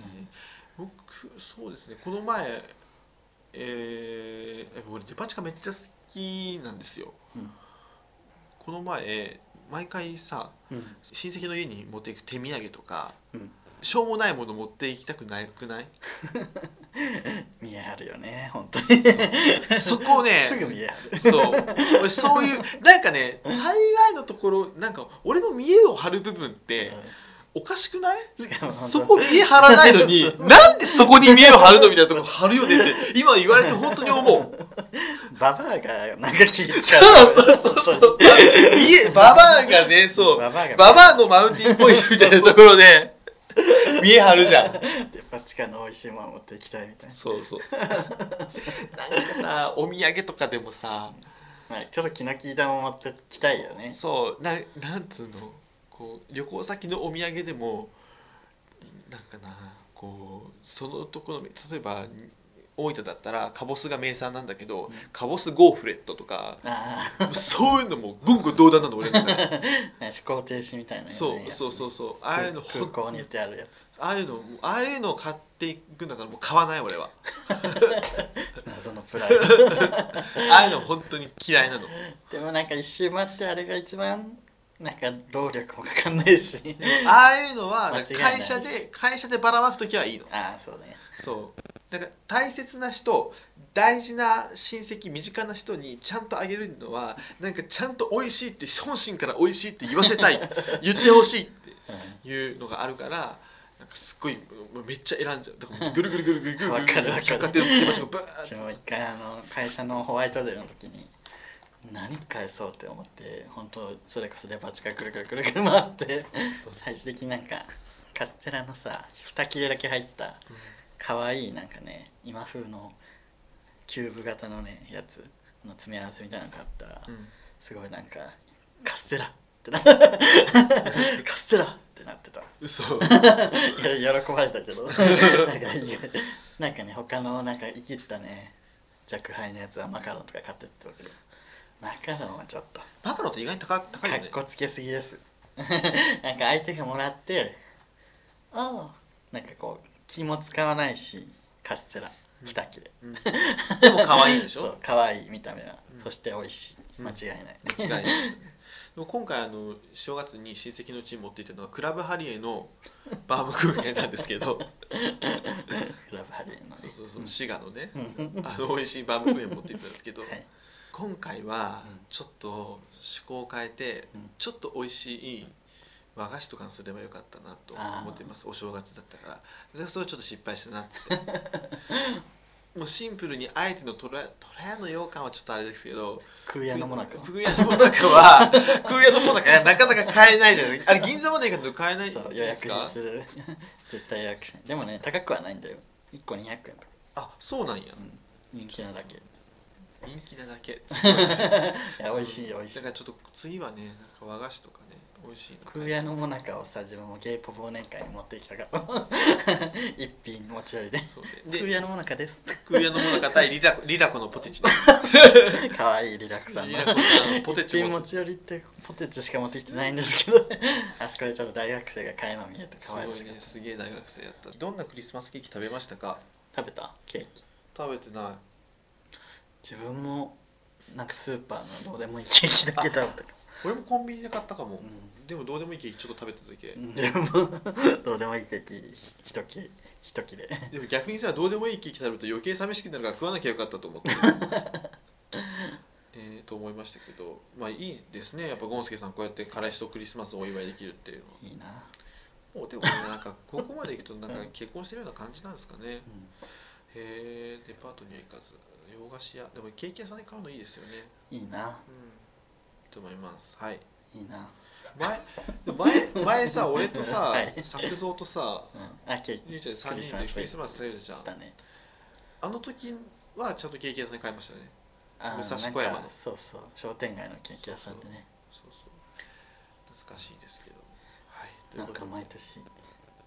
[SPEAKER 1] えー僕そうですねこの前えー、え俺デパ地下めっちゃ好きなんですよ、
[SPEAKER 2] うん
[SPEAKER 1] この前毎回さ
[SPEAKER 2] うん
[SPEAKER 1] 親戚の家に持っていく手土産とか
[SPEAKER 2] うん
[SPEAKER 1] しょうもないもの持っていきたくないくない
[SPEAKER 2] 見え張るよね本当に
[SPEAKER 1] そこをね
[SPEAKER 2] すぐ見え張る
[SPEAKER 1] そう 俺そういうなんかね大概のところなんか俺の見栄を張る部分っておかしくない
[SPEAKER 2] しかも本当
[SPEAKER 1] そこ見栄張らないのに
[SPEAKER 2] そう
[SPEAKER 1] なんでそこに見栄を張るのみたいなとこ張るよねって今言われて本当に思う
[SPEAKER 2] ババアがなんか聞いちゃ
[SPEAKER 1] そう
[SPEAKER 2] う
[SPEAKER 1] そうそうそう
[SPEAKER 2] 本当に
[SPEAKER 1] 家ババアがねそう
[SPEAKER 2] ババアが
[SPEAKER 1] ババアのマウンティンポイントみたいなところで見栄張るじゃん
[SPEAKER 2] デパ地下の美味しいもの持っていきたいみたいな、
[SPEAKER 1] そうそうそうなんかさお土産とかでもさ
[SPEAKER 2] まあ、ちょっと気の利いたもの持ってきたいよね
[SPEAKER 1] そうななんつうのこう旅行先のお土産でもなんかなこうそのところの例えば大分だったらカボスが名産なんだけど、カボスゴーフレットとか
[SPEAKER 2] ああ
[SPEAKER 1] そういうのも言語道断なの俺の 中で
[SPEAKER 2] 思考停止みたいな、ね、
[SPEAKER 1] そうそうそうそうああいうの
[SPEAKER 2] 空
[SPEAKER 1] ほん
[SPEAKER 2] 港に売ってあるやつ
[SPEAKER 1] ああいうのああいうのを買っていくんだったらもう買わない俺は
[SPEAKER 2] 謎のプライド
[SPEAKER 1] ああいうの本当に嫌いなの
[SPEAKER 2] でもなんか一周回ってあれが一番なんか労力もかかんないし
[SPEAKER 1] ああいうのは
[SPEAKER 2] 間違いない
[SPEAKER 1] 会社で会社でばらまく時はいいの
[SPEAKER 2] ああそうね
[SPEAKER 1] そうだから大切な人大事な親戚身近な人にちゃんとあげるのはなんかちゃんと美味しいって本心から美味しいって言わせ たい言ってほしいっ
[SPEAKER 2] うん
[SPEAKER 1] ていうのがあるからなんかすっごいもうめっちゃ選んじゃうだからぐるぐるぐるぐるぐるぐる
[SPEAKER 2] わかるわかる
[SPEAKER 1] 百貨店の手持ちがバ
[SPEAKER 2] うち
[SPEAKER 1] ーッ
[SPEAKER 2] も一回あの会社のホワイトデーの時に何返そうって思って本当それこそデパ地下くるくるくるくる回って
[SPEAKER 1] そうそう
[SPEAKER 2] 最終的になんかカステラのさ2切れだけ入った可愛いなんかね今風のキューブ型のねやつの詰め合わせみたいなのがあったら、
[SPEAKER 1] うん
[SPEAKER 2] すごいなんかカステラって なカステラってなってた
[SPEAKER 1] 嘘
[SPEAKER 2] いや喜ばれた けどなんかいいよなんかね他のなんか生きったね若輩のやつはマカロンとか買ってったけどマカロンはちょっと
[SPEAKER 1] マカロンって意外に高高い
[SPEAKER 2] か
[SPEAKER 1] よ
[SPEAKER 2] っ
[SPEAKER 1] ね
[SPEAKER 2] こつけすぎです なんか相手がもらってああなんかこう気も使わないしカステラ2切れ、
[SPEAKER 1] うんでも可愛いでし
[SPEAKER 2] そ
[SPEAKER 1] ょ
[SPEAKER 2] う可愛い見た目は、
[SPEAKER 1] うん
[SPEAKER 2] そして美味しい
[SPEAKER 1] うん
[SPEAKER 2] 間違 いない、
[SPEAKER 1] 違いないですねでも今回あの正月に親戚のうちに持っていったのはクラブハリエのバームクーヘンなんですけど
[SPEAKER 2] クラブハリーのね
[SPEAKER 1] そうそうそう滋賀のね
[SPEAKER 2] うん
[SPEAKER 1] あの美味しいバームクーヘン持っていったんですけど、
[SPEAKER 2] はい
[SPEAKER 1] 今回は
[SPEAKER 2] うん
[SPEAKER 1] ちょっと趣向を変えて、
[SPEAKER 2] うん
[SPEAKER 1] ちょっと美味しい和菓子とかにすればよかったなと思っていますお正月だったからでそれはちょっと失敗したなって もうシンプルにあえてのとらとらやの羊羹はちょっとあれですけど
[SPEAKER 2] 空屋のもなか
[SPEAKER 1] 空屋のもなかは 空屋のもなかなかなか買えないじゃないあれ銀座まで行かないと買えないんです
[SPEAKER 2] そ
[SPEAKER 1] か
[SPEAKER 2] う予約する 絶対予約しないでもね高くはないんだよ1個200円とか
[SPEAKER 1] あそうなんや
[SPEAKER 2] 人気なだけい
[SPEAKER 1] 人気なだけ
[SPEAKER 2] や美味しい美味しい
[SPEAKER 1] だからちょっと次はねなんか和菓子とかね美味しいの
[SPEAKER 2] 空屋のもなかをさ自分もゲイポ忘年会に持ってきたから 一品持ち寄りで
[SPEAKER 1] そうで
[SPEAKER 2] 空
[SPEAKER 1] で
[SPEAKER 2] 屋のもな かです
[SPEAKER 1] 空屋のもなか対リラリラコのポテチね
[SPEAKER 2] かわいいリラックさん
[SPEAKER 1] リ
[SPEAKER 2] の
[SPEAKER 1] ラコさんポテ
[SPEAKER 2] 一
[SPEAKER 1] チ
[SPEAKER 2] 品持
[SPEAKER 1] も
[SPEAKER 2] ち寄りってポテチしか持ってきてないんですけど あそこでちょっと大学生が垣間見えて
[SPEAKER 1] す
[SPEAKER 2] か
[SPEAKER 1] ご
[SPEAKER 2] わ
[SPEAKER 1] い
[SPEAKER 2] い
[SPEAKER 1] ね
[SPEAKER 2] らしかった
[SPEAKER 1] すげえ大学生やったどんなクリスマスケーキ食べましたか
[SPEAKER 2] 食べたケーキ
[SPEAKER 1] 食べてない
[SPEAKER 2] 自分もなんかスーパーのどうでもいいケーキだけ食べたか
[SPEAKER 1] 俺もコンビニで買ったかも、
[SPEAKER 2] ん
[SPEAKER 1] でもどうでもいいケーキちょっと食べただけ、
[SPEAKER 2] ら自分もどうでもいいケーキ一切一切れ
[SPEAKER 1] でも 逆にさどうでもいいケーキ食べると余計寂しくなるから食わなきゃよかったと思ってえーと思いましたけどまあいいですねやっぱゴンスケさんこうやって彼氏とクリスマスをお祝いできるっていうのはい
[SPEAKER 2] いな、
[SPEAKER 1] もうでもねなんかここまでいくとなんか結婚してるような感じなんですかね
[SPEAKER 2] う
[SPEAKER 1] へえデパートには行かず洋菓子屋でもケーキ屋さんで買うのいいですよね
[SPEAKER 2] ん、いいな
[SPEAKER 1] うんと思いますはい
[SPEAKER 2] いいな、
[SPEAKER 1] 前でも前前さ俺とさ、
[SPEAKER 2] はい
[SPEAKER 1] 作蔵とさ
[SPEAKER 2] うん、あケー
[SPEAKER 1] ゆう
[SPEAKER 2] キ
[SPEAKER 1] ちゃん3人でクリスマス食べるじゃん
[SPEAKER 2] したね
[SPEAKER 1] あの時はちゃんとケーキ屋さんで買いましたね
[SPEAKER 2] あー
[SPEAKER 1] 武蔵小山の
[SPEAKER 2] なんかそうそう商店街のケーキ屋さんでね
[SPEAKER 1] そうそう懐かしいですけどはいとい
[SPEAKER 2] な
[SPEAKER 1] うんこと
[SPEAKER 2] か
[SPEAKER 1] で
[SPEAKER 2] 毎年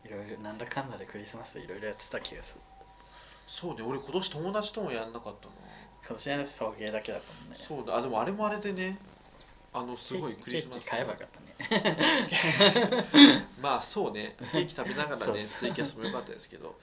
[SPEAKER 2] いろいろなんだかんだでクリスマスいろいろやってた気がする
[SPEAKER 1] そうね俺今年友達ともやんなかったな
[SPEAKER 2] 今年は送迎だけだったもんね
[SPEAKER 1] そうだあでもあれもあれでねあのすごい
[SPEAKER 2] ケーキ
[SPEAKER 1] クリスマ
[SPEAKER 2] ケー
[SPEAKER 1] ス
[SPEAKER 2] キ買えばよかったね
[SPEAKER 1] まあそうねケーキ食べながらね
[SPEAKER 2] そうそう
[SPEAKER 1] ツイキャスも良かったですけど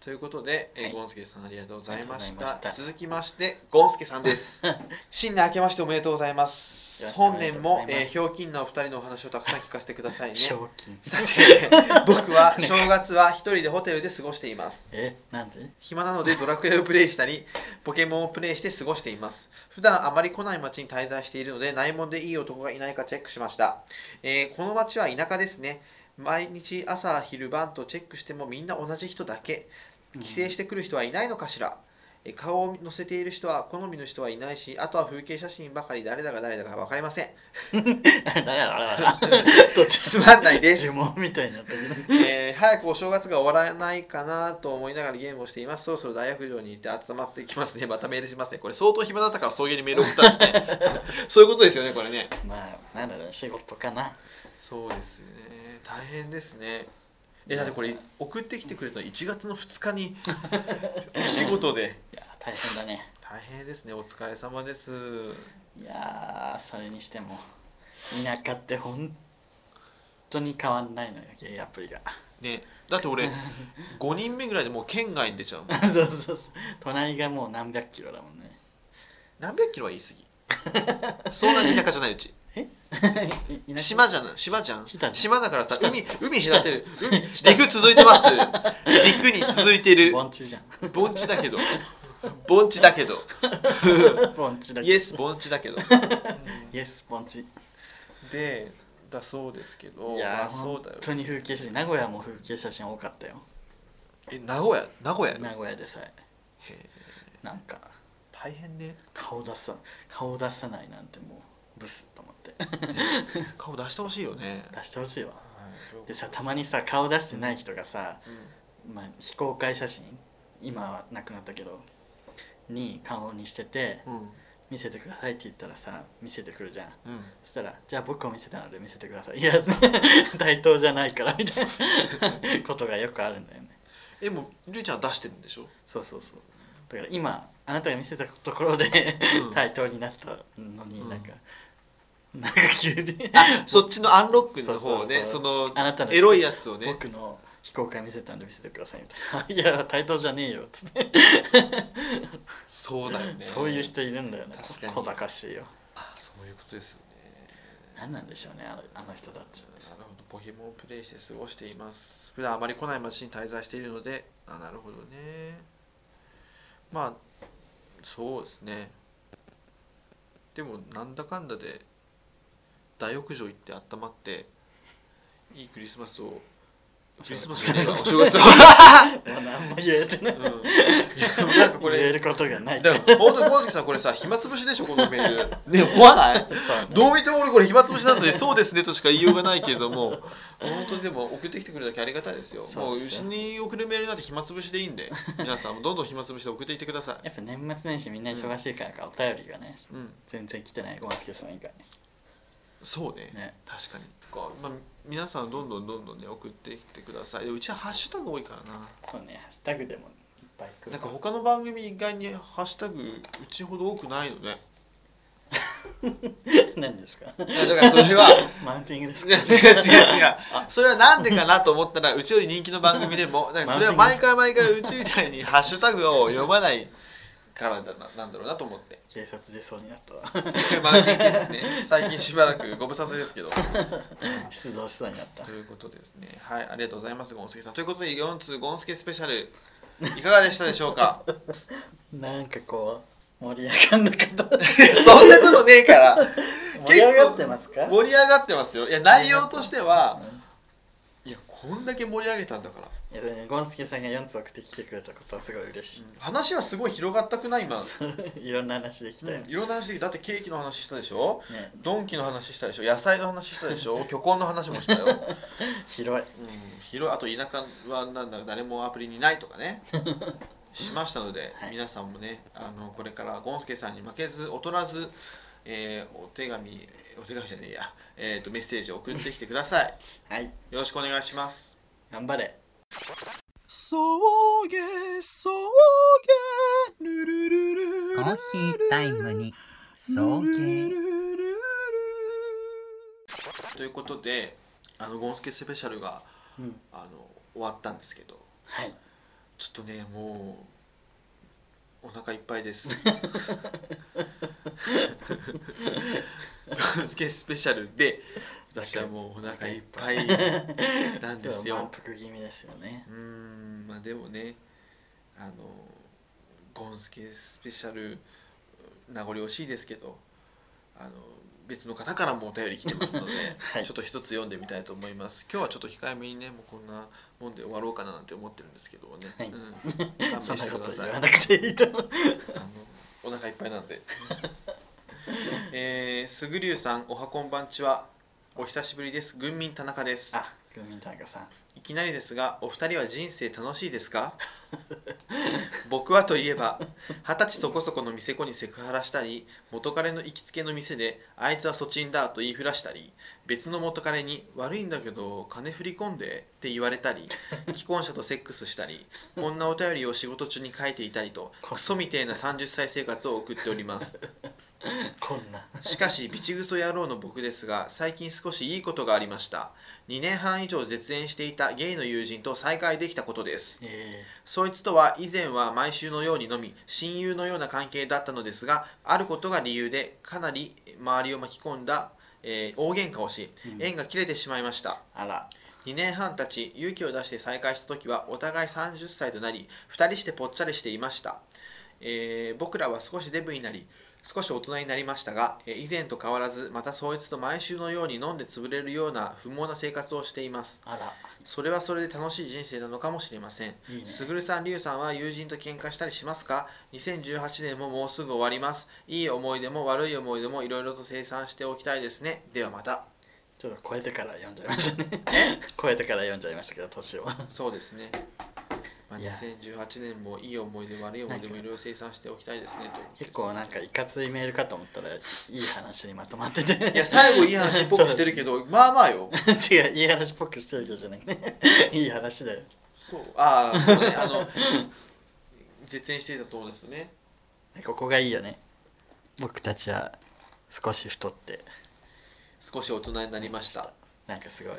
[SPEAKER 1] ということで、えー
[SPEAKER 2] はい
[SPEAKER 1] ゴンスケさんありがとうございま
[SPEAKER 2] あ
[SPEAKER 1] し
[SPEAKER 2] り
[SPEAKER 1] た
[SPEAKER 2] がとうございました
[SPEAKER 1] 続きましてゴンスケさんです 新年明けましておめでとうございます
[SPEAKER 2] よろしくお
[SPEAKER 1] 本
[SPEAKER 2] めでと
[SPEAKER 1] 年
[SPEAKER 2] うござい
[SPEAKER 1] も
[SPEAKER 2] ま、す
[SPEAKER 1] えー、ひょうきんなお二人のお話をたくさん聞かせてください ね
[SPEAKER 2] 賞金
[SPEAKER 1] さて僕 は正月は一人でホテルで過ごしています
[SPEAKER 2] えなんで
[SPEAKER 1] 暇なのでドラクエをプレイしたりポケモンをプレイして過ごしています普段あまり来ない町に滞在しているので内門でいい男がいないかチェックしました、えーこの町は田舎ですね毎日朝昼晩とチェックしてもみんな同じ人だけ帰省してくる人はいないのかしら、えー顔を載せている人は好みの人はいないしあとは風景写真ばかり誰だか誰だか分かりません
[SPEAKER 2] だからだから 途中
[SPEAKER 1] つまんないです
[SPEAKER 2] 呪文みたいになったけど
[SPEAKER 1] えー早くお正月が終わらないかなと思いながらゲームをしています。そろそろ大学城に行って集まってきますね。またメールしますね。これ相当暇だったから送迎にメール送ったんですね。 そういうことですよね、これね。
[SPEAKER 2] まあなんだろう仕事かな
[SPEAKER 1] そうですね。大変ですね。え、だってこれ送ってきてくれたの1月の2日 にお仕事で。
[SPEAKER 2] いや大変だね
[SPEAKER 1] 大変ですね。お疲れ様です。
[SPEAKER 2] いやーそれにしても田舎って本当に変わんないのよゲイアプリが
[SPEAKER 1] ね、だって 俺5人目ぐらいでもう県外に出ちゃうもん。
[SPEAKER 2] そうそうそう隣がもう何百キロだもんね
[SPEAKER 1] 何百キロは言い過ぎ。そんなに田舎じゃないうち。
[SPEAKER 2] い田舎
[SPEAKER 1] 島じゃない島じゃん
[SPEAKER 2] 日田じゃん
[SPEAKER 1] 島だからさ
[SPEAKER 2] 日田じ
[SPEAKER 1] 海
[SPEAKER 2] ゃ
[SPEAKER 1] 海隔てる海
[SPEAKER 2] 日田じゃん
[SPEAKER 1] 陸続いてます 陸に続いてる
[SPEAKER 2] 盆 地じゃん
[SPEAKER 1] 盆地だけど盆地だけど
[SPEAKER 2] 盆地だけ
[SPEAKER 1] イ
[SPEAKER 2] ど
[SPEAKER 1] エス盆地だ けど
[SPEAKER 2] イエス盆地い
[SPEAKER 1] でだそうですけどま
[SPEAKER 2] やー
[SPEAKER 1] あそうだよ
[SPEAKER 2] 本当に風景写真名古屋も風景写真多かったよ
[SPEAKER 1] え名古屋名古屋の
[SPEAKER 2] 名古屋でさえ
[SPEAKER 1] へえ
[SPEAKER 2] なんか
[SPEAKER 1] 大変ね
[SPEAKER 2] 顔出さ顔出さないなんてもうブスと思って
[SPEAKER 1] 顔出してほしいよね
[SPEAKER 2] 出してほしいわ
[SPEAKER 1] はい
[SPEAKER 2] でさたまにさ顔出してない人がさ、
[SPEAKER 1] うん
[SPEAKER 2] まあ、非公開写真今はなくなったけどに顔にしてて
[SPEAKER 1] うん
[SPEAKER 2] 見せてくださいって言ったらさ見せてくるじゃん
[SPEAKER 1] うん
[SPEAKER 2] そしたらじゃあ僕を見せたので見せてくださいいや 対等じゃないからみたい なことがよくあるんだよね
[SPEAKER 1] えもうりゅうちゃんは出してるんでしょ
[SPEAKER 2] そうそうそうだから今あなたが見せたところで
[SPEAKER 1] うん
[SPEAKER 2] 対等になったのに、
[SPEAKER 1] うん
[SPEAKER 2] なんかなんか急に
[SPEAKER 1] そっちのアンロックの
[SPEAKER 2] そ
[SPEAKER 1] 方
[SPEAKER 2] うそうそ
[SPEAKER 1] ね
[SPEAKER 2] う
[SPEAKER 1] その
[SPEAKER 2] あなたの
[SPEAKER 1] エロいやつをね
[SPEAKER 2] 僕の非公開見せたんで見せてくださいみたいな「いや対等じゃねえよ」つって、
[SPEAKER 1] そうだよね
[SPEAKER 2] そういう人いるんだよね
[SPEAKER 1] 確かに
[SPEAKER 2] 小賢しいよ
[SPEAKER 1] あそういうことですよね
[SPEAKER 2] 何なんでしょうねあのあの人た ち
[SPEAKER 1] なるほど、ポケモンをプレイして過ごしています。普段あまり来ない町に滞在しているので、あなるほどね。まあ、そうですね。でも、なんだかんだで、大浴場行って温まって、いいクリスマスを、クリスマスじゃねえわお正 月を。
[SPEAKER 2] もう何も言えてない
[SPEAKER 1] うん、いやなんかこ
[SPEAKER 2] 言え
[SPEAKER 1] れ、
[SPEAKER 2] ることがない
[SPEAKER 1] でも本当に小関さん、これさ、暇つぶしでしょ、このメール。ね、思わない
[SPEAKER 2] そうね
[SPEAKER 1] どう見ても俺これ暇つぶしなので そうですねとしか言いようがないけれども本当にでも送ってきてくれるだけありがたいですよ
[SPEAKER 2] そうですよ
[SPEAKER 1] もううちに送るメールなんて暇つぶしでいいんで皆さんもどんどん暇つぶしで送ってきてください
[SPEAKER 2] やっぱ年末年始みんな忙しいからか、お便りがね
[SPEAKER 1] うん
[SPEAKER 2] 全然来てないゴンスケさん以外
[SPEAKER 1] そうね
[SPEAKER 2] ね
[SPEAKER 1] 確かにこうまあ、皆さんどんどんどんどんね送ってきてくださいうちはハッシュタグ多いからな
[SPEAKER 2] そうねハッシュタグでもいっぱい来る
[SPEAKER 1] なんか他の番組意外にハッシュタグうちほど多くないのね
[SPEAKER 2] 何で すか
[SPEAKER 1] いやだからそれは
[SPEAKER 2] マウンティングです
[SPEAKER 1] い
[SPEAKER 2] か
[SPEAKER 1] や違う違う違うそれはなんでかなと思ったらうちより人気の番組でもなんかそれは毎回毎回うちみたいにハッシュタグを読まないからだななんだろうなと思って
[SPEAKER 2] 警察出そうになったわ
[SPEAKER 1] まあですね最近しばらくご無沙汰 ですけど
[SPEAKER 2] 出動しそうになった
[SPEAKER 1] ということですねはいありがとうございますゴンスケさんということで4通ゴンスケスペシャルいかがでしたでしょうか
[SPEAKER 2] なんかこう盛り上がんなかった
[SPEAKER 1] そんなことねえから
[SPEAKER 2] 盛り上がってますか
[SPEAKER 1] 盛り上がってますよいや内容としてはいやこんだけ盛り上げたんだから
[SPEAKER 2] いやでもねゴンスケさんが4つ送ってきてくれたことはすごい嬉しい、
[SPEAKER 1] 話はすごい広がったくない今、
[SPEAKER 2] そういろんな話できたよ、
[SPEAKER 1] うんいろんな話でだってケーキの話したでしょ
[SPEAKER 2] ね
[SPEAKER 1] ドンキの話したでしょ野菜の話したでしょ巨根の話もしたよ、うん、
[SPEAKER 2] 広い
[SPEAKER 1] 広いあと田舎はなんだ誰もアプリにないとかねしましたので、
[SPEAKER 2] はい
[SPEAKER 1] 皆さんもねあのこれからゴンスケさんに負けず劣らず、えーお手紙お手紙じゃねえや、えー、とメッセージを送ってきてください
[SPEAKER 2] はい
[SPEAKER 1] よろしくお願いします
[SPEAKER 2] 頑張れ
[SPEAKER 3] そうげそうげルルルル
[SPEAKER 4] コーヒータイムに送迎
[SPEAKER 1] ということであのゴンスケスペシャルが
[SPEAKER 2] うん
[SPEAKER 1] あの終わったんですけど
[SPEAKER 2] はい
[SPEAKER 1] ちょっとねもうお腹いっぱいですゴンスケスペシャルで私はもうお腹いっぱいなんで
[SPEAKER 2] 今
[SPEAKER 1] す
[SPEAKER 2] 日は満
[SPEAKER 1] よ
[SPEAKER 2] 腹気味ですよね
[SPEAKER 1] うーんまあでもねあのゴンスケスペシャル名残惜しいですけどあの別の方からもお便り来てますので、
[SPEAKER 2] はい
[SPEAKER 1] ちょっと一つ読んでみたいと思います今日はちょっと控えめにねもうこんなもんで終わろうかななんて思ってるんですけどね、
[SPEAKER 2] はい
[SPEAKER 1] うん、勘弁
[SPEAKER 2] そん
[SPEAKER 1] し
[SPEAKER 2] な
[SPEAKER 1] て
[SPEAKER 2] こ
[SPEAKER 1] くだ
[SPEAKER 2] と
[SPEAKER 1] さい
[SPEAKER 2] 言わなくていいと思う
[SPEAKER 1] あのお腹いっぱいなんで えー、すぐりゅうさんおはこんばんちはお久しぶりです軍民田中です
[SPEAKER 2] あグミ田中さん
[SPEAKER 1] いきなりですが、お二人は人生楽しいですか 僕はといえば、二十歳そこそこの店子にセクハラしたり、元彼の行きつけの店で、あいつはそちんだと言いふらしたり、別の元彼に、悪いんだけど、金振り込んでって言われたり、既婚者とセックスしたり、こんなお便りを仕事中に書いていたりと、クソみてえな30歳生活を送っております。
[SPEAKER 2] こんな
[SPEAKER 1] しかし、ビチグソ野郎の僕ですが、最近少しいいことがありました。2年半以上絶縁していたゲイの友人と再会できたことです。
[SPEAKER 2] え
[SPEAKER 1] そいつとは以前は毎週のように飲み、親友のような関係だったのですが、あることが理由でかなり周りを巻き込んだ、えー大喧嘩をし、
[SPEAKER 2] うん
[SPEAKER 1] 縁が切れてしまいました。
[SPEAKER 2] ー、あら
[SPEAKER 1] 2年半経ち勇気を出して再会した時はお互い30歳となり2人してぽっちゃりしていました、えー僕らは少しデブになり少し大人になりましたが、えー以前と変わらずまたそいつと毎週のように飲んで潰れるような不毛な生活をしています
[SPEAKER 2] あら
[SPEAKER 1] それはそれで楽しい人生なのかもしれません
[SPEAKER 2] いいね
[SPEAKER 1] すぐるさんりゅうさんは友人と喧嘩したりしますか2018年ももうすぐ終わりますいい思い出も悪い思い出もいろいろと清算しておきたいですねではまた
[SPEAKER 2] ちょっと超えてから読んじゃいましたね 超えてから読んじゃいましたけど年を
[SPEAKER 1] そうですね。まあ、
[SPEAKER 2] いや
[SPEAKER 1] 2018年もいい思い出、悪い思い出もいろいろ生産しておきたいですねと。
[SPEAKER 2] 結構なんかいかついメールかと思ったらいい話にまとまってて
[SPEAKER 1] いや、最後いい話っぽくしてるけ ど、まあまあよ。
[SPEAKER 2] 違ういい話っぽくしてるけどじゃなくていい話だよ
[SPEAKER 1] そう。ああ、そうね。あ の、絶縁していたと思うんですよね。
[SPEAKER 2] ここがいいよね僕たちは少し太って
[SPEAKER 1] 少し大人になりました。
[SPEAKER 2] なんかすごい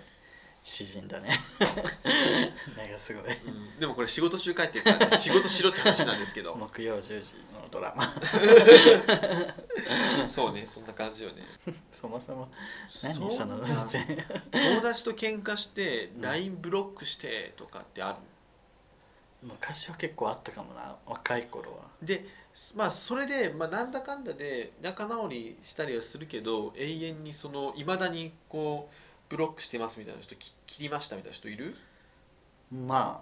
[SPEAKER 2] 詩人だね なんかすごい
[SPEAKER 1] うん、でもこれ仕事中帰ってるか らね、仕事しろって話なんですけど。
[SPEAKER 2] 木曜10時のドラマ
[SPEAKER 1] そうね、そんな感じよね。
[SPEAKER 2] そもそも何
[SPEAKER 1] う
[SPEAKER 2] その全然
[SPEAKER 1] 友達と喧嘩して、
[SPEAKER 2] うん
[SPEAKER 1] LINE ブロックしてとかってある。
[SPEAKER 2] 昔は結構あったかもな若い頃は
[SPEAKER 1] でまあそれで、まあ、なんだかんだで仲直りしたりはするけど永遠にそのいまだにこうブロックしてますみたいな人き切りましたみたいな人いる
[SPEAKER 2] ま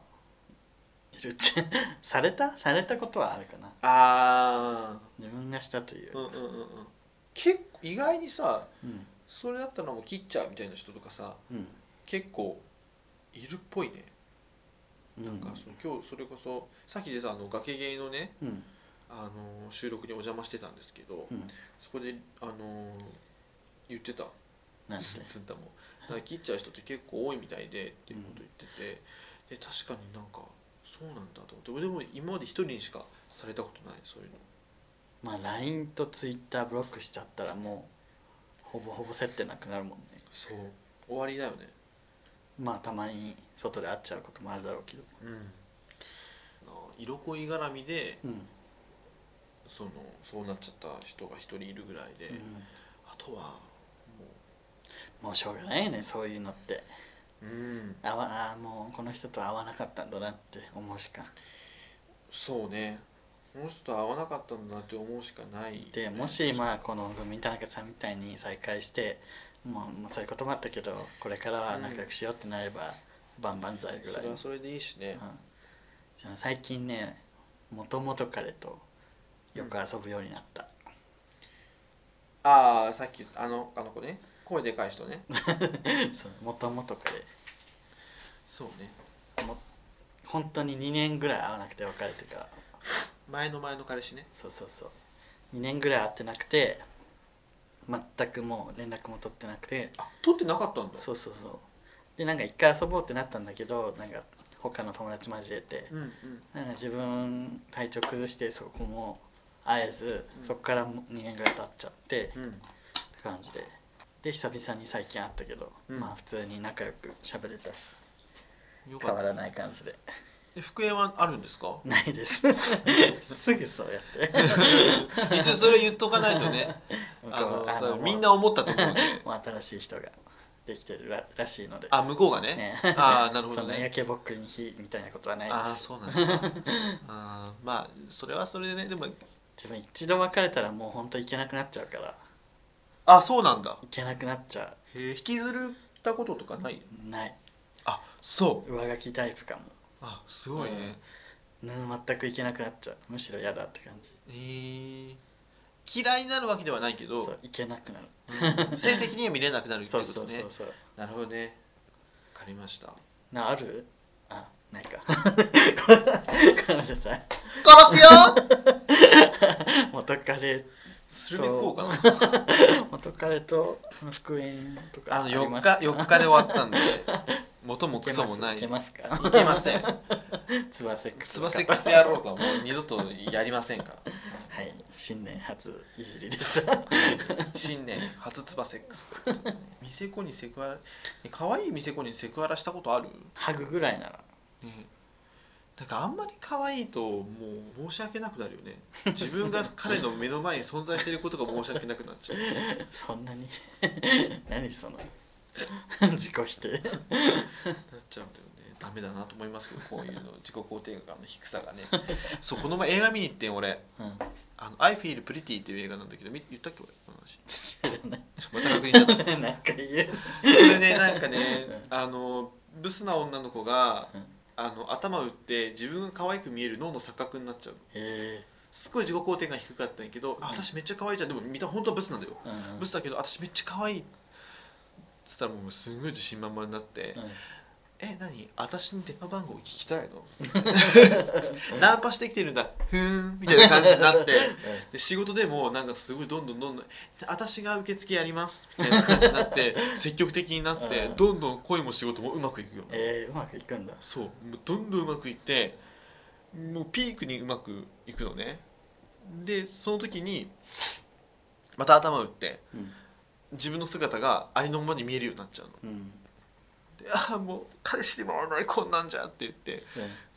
[SPEAKER 2] あいるっちゃ されたされたことはあるかな
[SPEAKER 1] ああ
[SPEAKER 2] 自分がしたという
[SPEAKER 1] う
[SPEAKER 2] よ
[SPEAKER 1] んうんうんうん結構意外にさ
[SPEAKER 2] り、うん
[SPEAKER 1] それだったらもう切っちゃうみたいな人とかさ
[SPEAKER 2] うん
[SPEAKER 1] 結構いるっぽいね
[SPEAKER 2] うん、
[SPEAKER 1] なんかその今日それこそさっき出たあの崖芸のね
[SPEAKER 2] うん
[SPEAKER 1] あの収録にお邪魔してたんですけど、
[SPEAKER 2] うん
[SPEAKER 1] そこであの言ってた
[SPEAKER 2] なんて
[SPEAKER 1] つんだもんだから切っちゃう人って結構多いみたいでっていうこと言ってて、で確かになんかそうなんだと思って俺でも今まで一人にしかされたことないそういうの
[SPEAKER 2] まあ LINE と Twitter ブロックしちゃったらもうほぼほぼ接点なくなるもんね
[SPEAKER 1] そう終わりだよね
[SPEAKER 2] まあたまに外で会っちゃうこともあるだろうけど、
[SPEAKER 1] うん色恋絡みでそのそうなっちゃった人が一人いるぐらいで、
[SPEAKER 2] うん
[SPEAKER 1] あとはも
[SPEAKER 2] もうしょうがないよねそういうのって
[SPEAKER 1] ううん
[SPEAKER 2] あわあーもうこの人と会わなかったんだなって思うしか
[SPEAKER 1] そうねの人と会わなかったんだなって思うしかない
[SPEAKER 2] でもしまあこの海田中さんみたいに再会してもうもうそういうこともあったけどこれからは仲良くしようってなれば、万々歳ぐ
[SPEAKER 1] そ
[SPEAKER 2] らい
[SPEAKER 1] れはそれでいいしね、
[SPEAKER 2] うんじゃあ最近ね元々彼とよく遊ぶようになった、
[SPEAKER 1] ああさっき言ったあのあの子ね声でかい 人ね
[SPEAKER 2] そう元々彼
[SPEAKER 1] そうね
[SPEAKER 2] も本当に2年ぐらい会わなくて別れてから
[SPEAKER 1] 前の前の彼氏ね
[SPEAKER 2] そうそうそう2年ぐらい会ってなくて全くもう連絡も取ってなくて
[SPEAKER 1] あ撮ってなかったんだ
[SPEAKER 2] そうそうそうでなんか一回遊ぼうってなったんだけどなんか他の友達交えて
[SPEAKER 1] うんうん
[SPEAKER 2] なんか自分体調崩してそこも会えず
[SPEAKER 1] うん
[SPEAKER 2] そこからも2年ぐらい経っちゃって、
[SPEAKER 1] う
[SPEAKER 2] っ
[SPEAKER 1] ん
[SPEAKER 2] て感じでで久々に最近会ったけど、
[SPEAKER 1] うん
[SPEAKER 2] まあ普通に仲良く喋れたし
[SPEAKER 1] よか
[SPEAKER 2] 変
[SPEAKER 1] っ
[SPEAKER 2] わ
[SPEAKER 1] た
[SPEAKER 2] らない感じで
[SPEAKER 1] え復縁はあるんですか
[SPEAKER 2] ないです すぐそうやって
[SPEAKER 1] 一応それ言っとかないと ねあの
[SPEAKER 2] あの
[SPEAKER 1] みんな思ったと思うんで
[SPEAKER 2] もう新しい人ができてるららしいので
[SPEAKER 1] あ向こうがね
[SPEAKER 2] ね
[SPEAKER 1] ああなるほ
[SPEAKER 2] そ
[SPEAKER 1] ど
[SPEAKER 2] んな
[SPEAKER 1] ね
[SPEAKER 2] 焼けぼっくりに火みたいなことはないで
[SPEAKER 1] ああ
[SPEAKER 2] す
[SPEAKER 1] そうなんです かあーまあそれはそれでねでも
[SPEAKER 2] 自分一度別れたらもう本当行けなくなっちゃうから
[SPEAKER 1] あそうなんだ
[SPEAKER 2] 行けなくなっちゃ
[SPEAKER 1] へえ引きずったこととかないう
[SPEAKER 2] ない
[SPEAKER 1] あそう
[SPEAKER 2] 上書きタイプかも
[SPEAKER 1] あすごいね、
[SPEAKER 2] ね全く行けなくなっちゃうむしろ嫌だって感じ
[SPEAKER 1] えー嫌いになるわけではないけど
[SPEAKER 2] そう行けなくなる
[SPEAKER 1] うん性的には見れなくなるってこ
[SPEAKER 2] そ
[SPEAKER 1] と
[SPEAKER 2] う
[SPEAKER 1] ね
[SPEAKER 2] そうそうそう
[SPEAKER 1] なるほどねわかりました
[SPEAKER 2] なあるあないかごめんなさい
[SPEAKER 1] 殺すよ
[SPEAKER 2] 元彼
[SPEAKER 1] するべこうかな
[SPEAKER 2] 元彼と復縁とか
[SPEAKER 1] あの
[SPEAKER 2] り
[SPEAKER 1] 4
[SPEAKER 2] ますか
[SPEAKER 1] 日4日で終わったんで元もクソもない
[SPEAKER 2] いけますいけますか
[SPEAKER 1] いけ ません
[SPEAKER 2] つばせく
[SPEAKER 1] つばせくせ野郎とはもう二度とやりませんから
[SPEAKER 2] はい新年初いじりでした
[SPEAKER 1] 新年初つばセックス店子にセクハラえ可愛い店子にセクハラしたことある、
[SPEAKER 2] ハグぐらいなら
[SPEAKER 1] ね、なんかあんまり可愛いともう申し訳なくなるよね自分が彼の目の前に存在していることが申し訳なくなっちゃう
[SPEAKER 2] そんなに 何その 自己否定
[SPEAKER 1] なっちゃうんだよねダメだなと思い ますけどこういうの自己肯定感の低さがねそうこの前映画見に行ってん俺
[SPEAKER 2] うん
[SPEAKER 1] 「あの I Feel Pretty」っていう映画なんだけどみ言ったっけ俺この話
[SPEAKER 2] 知らない
[SPEAKER 1] また確認しちゃった
[SPEAKER 2] なんか言う
[SPEAKER 1] それねなんかねあのブスな女の子が
[SPEAKER 2] うん
[SPEAKER 1] あの頭打って自分が可愛く見える脳の錯覚になっちゃうの
[SPEAKER 2] へえ
[SPEAKER 1] すごい自己肯定感低かったんやけどあ私めっちゃ可愛いじゃんでも見た本当はブスなんだよ
[SPEAKER 2] うんうん
[SPEAKER 1] ブスだけど私めっちゃ可愛いっつったらもうすごい自信満々になって「え何私に電話番号聞きたいの? 」 ナンパしてきてるんだふーんみたいな感じになってで仕事でもなんかすごいどんどんどんどん私が受付やりますみたいな感じになって 積極的になって
[SPEAKER 2] うん
[SPEAKER 1] どんどん恋も仕事もうまくいくよ、
[SPEAKER 2] えー、うまくいくんだ
[SPEAKER 1] そうもうどんどんうまくいってもうピークにうまくいくのねでその時にまた頭打って
[SPEAKER 2] うん、
[SPEAKER 1] 自分の姿がありのままに見えるようになっちゃうの
[SPEAKER 2] うん
[SPEAKER 1] でああもう彼氏にも会わないこんなんじゃって言って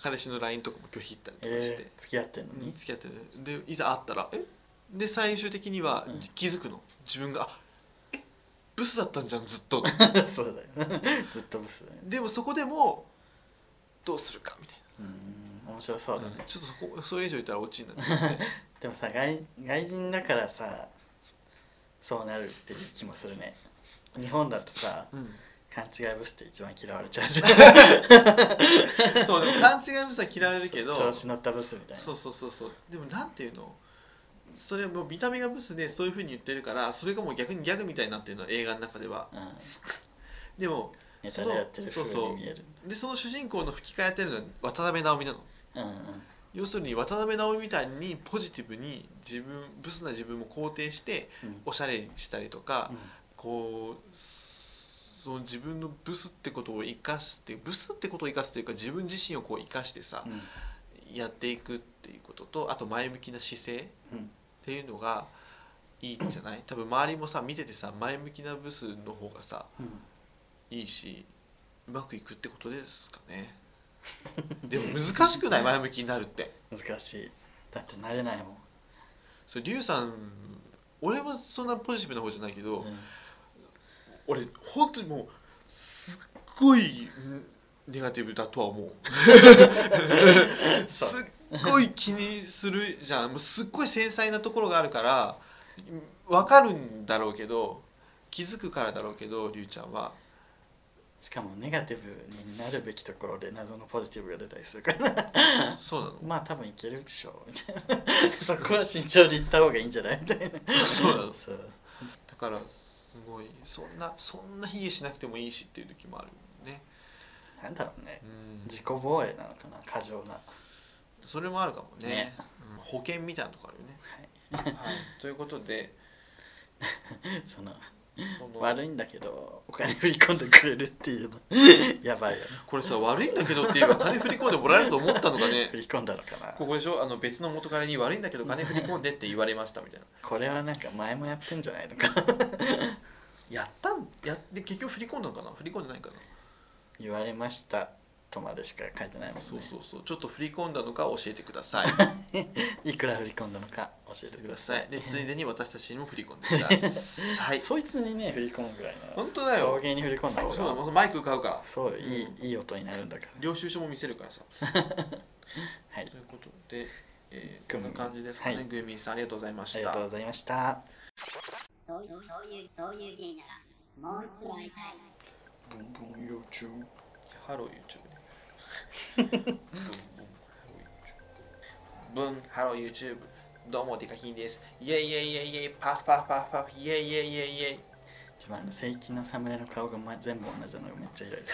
[SPEAKER 1] 彼氏の LINE とかも拒否ったりとかして、
[SPEAKER 2] えー、付き合ってんの
[SPEAKER 1] に
[SPEAKER 2] に、
[SPEAKER 1] 付き合ってるでいざ会ったらえで最終的には
[SPEAKER 2] うん
[SPEAKER 1] 気づくの、自分があえブスだったんじゃんずっ と
[SPEAKER 2] そうだよ ずっとブスだよ
[SPEAKER 1] でもそこでもどうするかみたい
[SPEAKER 2] うん面白そうだ
[SPEAKER 1] な、
[SPEAKER 2] ね、
[SPEAKER 1] ちょっとそこそれ以上言ったらオチ になっちゃう
[SPEAKER 2] でもさ外外人だからさそうなるっていう気もするね日本だとさ
[SPEAKER 1] うん
[SPEAKER 2] 勘違いブスって一番嫌われちゃうじゃん
[SPEAKER 1] そうでも勘違いブスは嫌われるけ ど
[SPEAKER 2] 調子乗ったブスみたいな
[SPEAKER 1] そうそうそうそうでもなんていうのそれもう見た目がブスでそういうふうに言ってるからそれがもう逆にギャグみたいになってるの映画の中では
[SPEAKER 2] うん、
[SPEAKER 1] でも
[SPEAKER 2] ネタでやってる
[SPEAKER 1] そ
[SPEAKER 2] 風
[SPEAKER 1] のそうそ
[SPEAKER 2] に
[SPEAKER 1] う
[SPEAKER 2] 見える
[SPEAKER 1] でその主人公の吹き替えやってるのは渡辺直美なの
[SPEAKER 2] うんうん
[SPEAKER 1] 要するに渡辺直美みたいにポジティブに自分ブスな自分も肯定して
[SPEAKER 2] うん
[SPEAKER 1] おしゃれにしたりとか、
[SPEAKER 2] うん
[SPEAKER 1] こうその自分のブスってことを生かしてブスってことを生かすというか自分自身をこう生かしてさ、
[SPEAKER 2] うん
[SPEAKER 1] やっていくっていうこととあと前向きな姿勢っ
[SPEAKER 2] うん
[SPEAKER 1] ていうのがいいんじゃ ない多分周りもさ見ててさ前向きなブスの方がさ
[SPEAKER 2] うん
[SPEAKER 1] いいしうまくいくってことですかねでも難しく ない前向きになるって。
[SPEAKER 2] 難しいだって慣れないもん、
[SPEAKER 1] そうリュウさん俺もそんなポジティブな方じゃないけど、
[SPEAKER 2] うん
[SPEAKER 1] 俺本当にもうすっごいんネガティブだとは思う
[SPEAKER 2] そう
[SPEAKER 1] すっごい気にするじゃんもうすっごい繊細なところがあるから分かるんだろうけど気づくからだろうけどりゅうちゃんは
[SPEAKER 2] しかもネガティブになるべきところで謎のポジティブが出たりするから
[SPEAKER 1] そうなの
[SPEAKER 2] まあ多分いけるでしょうみたいな そこは慎重にいった方がいいんじゃないみたいな
[SPEAKER 1] そうなの
[SPEAKER 2] そう
[SPEAKER 1] だからすごいそんなそんな卑下しなくてもいいしっていう時もあるね
[SPEAKER 2] なんだろうね
[SPEAKER 1] うん
[SPEAKER 2] 自己防衛なのかな過剰な、は
[SPEAKER 1] それもあるかもね
[SPEAKER 2] ね
[SPEAKER 1] うん保険みたいなとこあるよね、はい、ということで
[SPEAKER 2] い、その
[SPEAKER 1] その
[SPEAKER 2] 悪いんだけどお金振り込んでくれるっていうの やばいよね
[SPEAKER 1] これさ悪いんだけどっていうか金振り込んでもらえると思ったのかね
[SPEAKER 2] 振り込んだのかな
[SPEAKER 1] ここでしょあの別の元彼に悪いんだけど金振り込んでって言われましたみたいな
[SPEAKER 2] これはなんか前もやってんじゃないのか
[SPEAKER 1] やったんやって結局振り込んだのかな振り込んでないかな
[SPEAKER 2] 言われましたとまでしか書いてないもんね
[SPEAKER 1] そうそうそうちょっと振り込んだのか教えてくださ い
[SPEAKER 2] いくら振り込んだのか教えてく
[SPEAKER 1] くだ
[SPEAKER 2] ださ
[SPEAKER 1] さ
[SPEAKER 2] い
[SPEAKER 1] いでついでに私たちにも振り込んでください
[SPEAKER 2] そいつにね振り込むぐらいなら
[SPEAKER 1] 本当だよ
[SPEAKER 2] 送迎に振り込んだ方
[SPEAKER 1] そうだ
[SPEAKER 2] が
[SPEAKER 1] もうマイク買うから
[SPEAKER 2] そうよいい,、
[SPEAKER 1] う
[SPEAKER 2] いい音になるんだから
[SPEAKER 1] 領収書も見せるからさ
[SPEAKER 2] はい
[SPEAKER 1] ということで、えー、
[SPEAKER 2] グ
[SPEAKER 1] こ
[SPEAKER 2] ミ
[SPEAKER 1] んな感じですかね、
[SPEAKER 2] はい
[SPEAKER 1] グミさんありがとうございま
[SPEAKER 2] あ
[SPEAKER 1] し
[SPEAKER 2] りがとう
[SPEAKER 1] た
[SPEAKER 2] ございました
[SPEAKER 5] そういうそういうそういう芸ならもう一度会いたい
[SPEAKER 2] ブンブン YouTube
[SPEAKER 1] ハロー YouTube ねブンハロー YouTube どうもデカキンですイェイイェイイェイイェイパフパフパフパフイェイイェイイェイイェイ
[SPEAKER 2] 自分あの正規のサムネの顔がま全部同じなのがめっちゃイライラ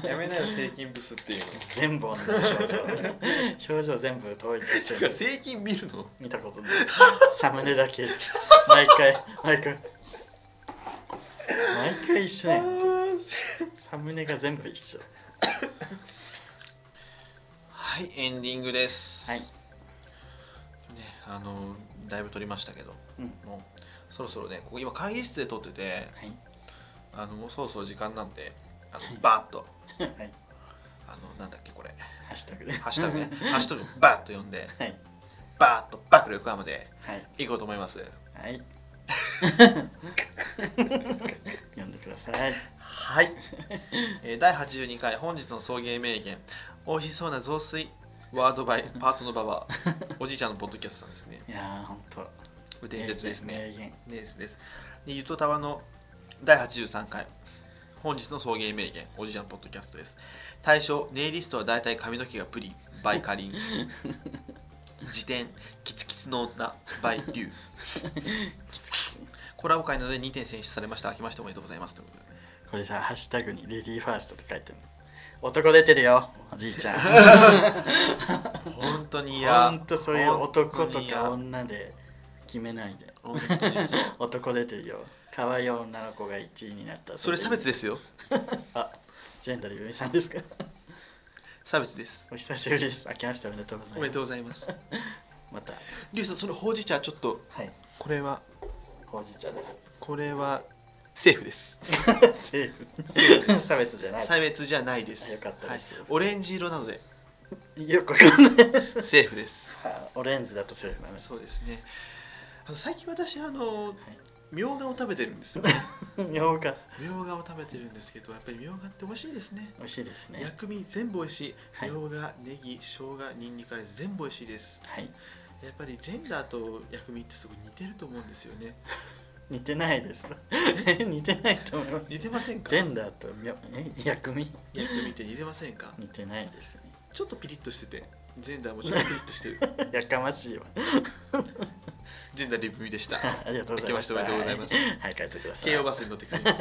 [SPEAKER 2] す
[SPEAKER 1] やめなよ正金ブスっていうの
[SPEAKER 2] る全部同じ表情表情全部統一して
[SPEAKER 1] て か
[SPEAKER 2] る
[SPEAKER 1] 正金見るの
[SPEAKER 2] 見たことないサムネだけ毎回毎回毎回一緒やんサムネが全部一緒
[SPEAKER 1] はいエンディングです
[SPEAKER 2] はい
[SPEAKER 1] ねあのだいぶ撮りましたけど、
[SPEAKER 2] うん
[SPEAKER 1] もうそろそろねここ今会議室で撮ってて
[SPEAKER 2] はい
[SPEAKER 1] あのもうそろそろ時間なんであ
[SPEAKER 2] はい
[SPEAKER 1] のバーッと
[SPEAKER 2] はい
[SPEAKER 1] あのなんだっけこれ
[SPEAKER 2] ハッシュタグで
[SPEAKER 1] ハッシュタグねハッシュタグバーッと読んで
[SPEAKER 2] はい
[SPEAKER 1] バーッとバックル横浜で
[SPEAKER 2] はい
[SPEAKER 1] 行こうと思います
[SPEAKER 2] はい読んでください
[SPEAKER 1] はい、えー第82回本日の送迎名言美味しそうな雑炊ワード バイパートのババアおじいちゃんのポッドキャストさんですね
[SPEAKER 2] いやーほんと
[SPEAKER 1] これ伝説ですね
[SPEAKER 2] 名言
[SPEAKER 1] 伝説ですでゆとたわの第83回本日の送迎名言おじいちゃんポッドキャストです対象ネイリストは大体髪の毛がプリンバイカ リン辞典キツキツの女バイ リュウ
[SPEAKER 2] きつきつ
[SPEAKER 1] コラボ会などで2点選出されました明けましておめでとうございますということで
[SPEAKER 2] これさハッシュタグにレディーファーストって書いてる男出てるよおじいちゃん
[SPEAKER 1] 本当に
[SPEAKER 2] ほ
[SPEAKER 1] 嫌
[SPEAKER 2] んとそういう男とか
[SPEAKER 1] 本
[SPEAKER 2] 女で決めないで
[SPEAKER 1] 当に嫌本当にそう
[SPEAKER 2] 男出てるよ可愛い女の子が1位になったら
[SPEAKER 1] それ差別
[SPEAKER 2] で
[SPEAKER 1] ですよ
[SPEAKER 2] あジェンダルゆみさんですか
[SPEAKER 1] 差別です
[SPEAKER 2] お久しぶりです明けましておめでとうございます
[SPEAKER 1] おめでとうございます
[SPEAKER 2] また
[SPEAKER 1] リュウさんそのほうじ茶ちょっと
[SPEAKER 2] はい
[SPEAKER 1] これは
[SPEAKER 2] ほうじ茶です
[SPEAKER 1] これはセーフです
[SPEAKER 2] セーフセーフ差別じゃない
[SPEAKER 1] 差別じゃないです
[SPEAKER 2] あよかったです
[SPEAKER 1] はい、オレンジ色なので
[SPEAKER 2] よくわかんない
[SPEAKER 1] セーフです
[SPEAKER 2] あオレンジだとセーフなの
[SPEAKER 1] そうですねあの最近私あの
[SPEAKER 2] い
[SPEAKER 1] みょうがを食べてるんですよ
[SPEAKER 2] みょうが
[SPEAKER 1] みょうがを食べてるんですけどやっぱりみょうがって美味しいですね
[SPEAKER 2] 美味しいですね
[SPEAKER 1] 薬味全部美味し
[SPEAKER 2] はいい
[SPEAKER 1] みょうがネギ生姜ニンニクあれ全部美味しいです
[SPEAKER 2] はい
[SPEAKER 1] やっぱりジェンダーと薬味ってすごい似てると思うんですよね
[SPEAKER 2] 似てないです 似てないと思います
[SPEAKER 1] 似てませんか
[SPEAKER 2] ジェンダーとみょえ薬味
[SPEAKER 1] 薬味って似てませんか
[SPEAKER 2] 似てないですね
[SPEAKER 1] ちょっとピリッとしててジェンダーもちょっとピリッとして る
[SPEAKER 2] やかましいわ
[SPEAKER 1] ジェンダーリブミでした
[SPEAKER 2] ありがとうございまし
[SPEAKER 1] 明けまして
[SPEAKER 2] た
[SPEAKER 1] おめでとうござ
[SPEAKER 2] はいはい帰ってください
[SPEAKER 1] 京王バスに乗ってくれま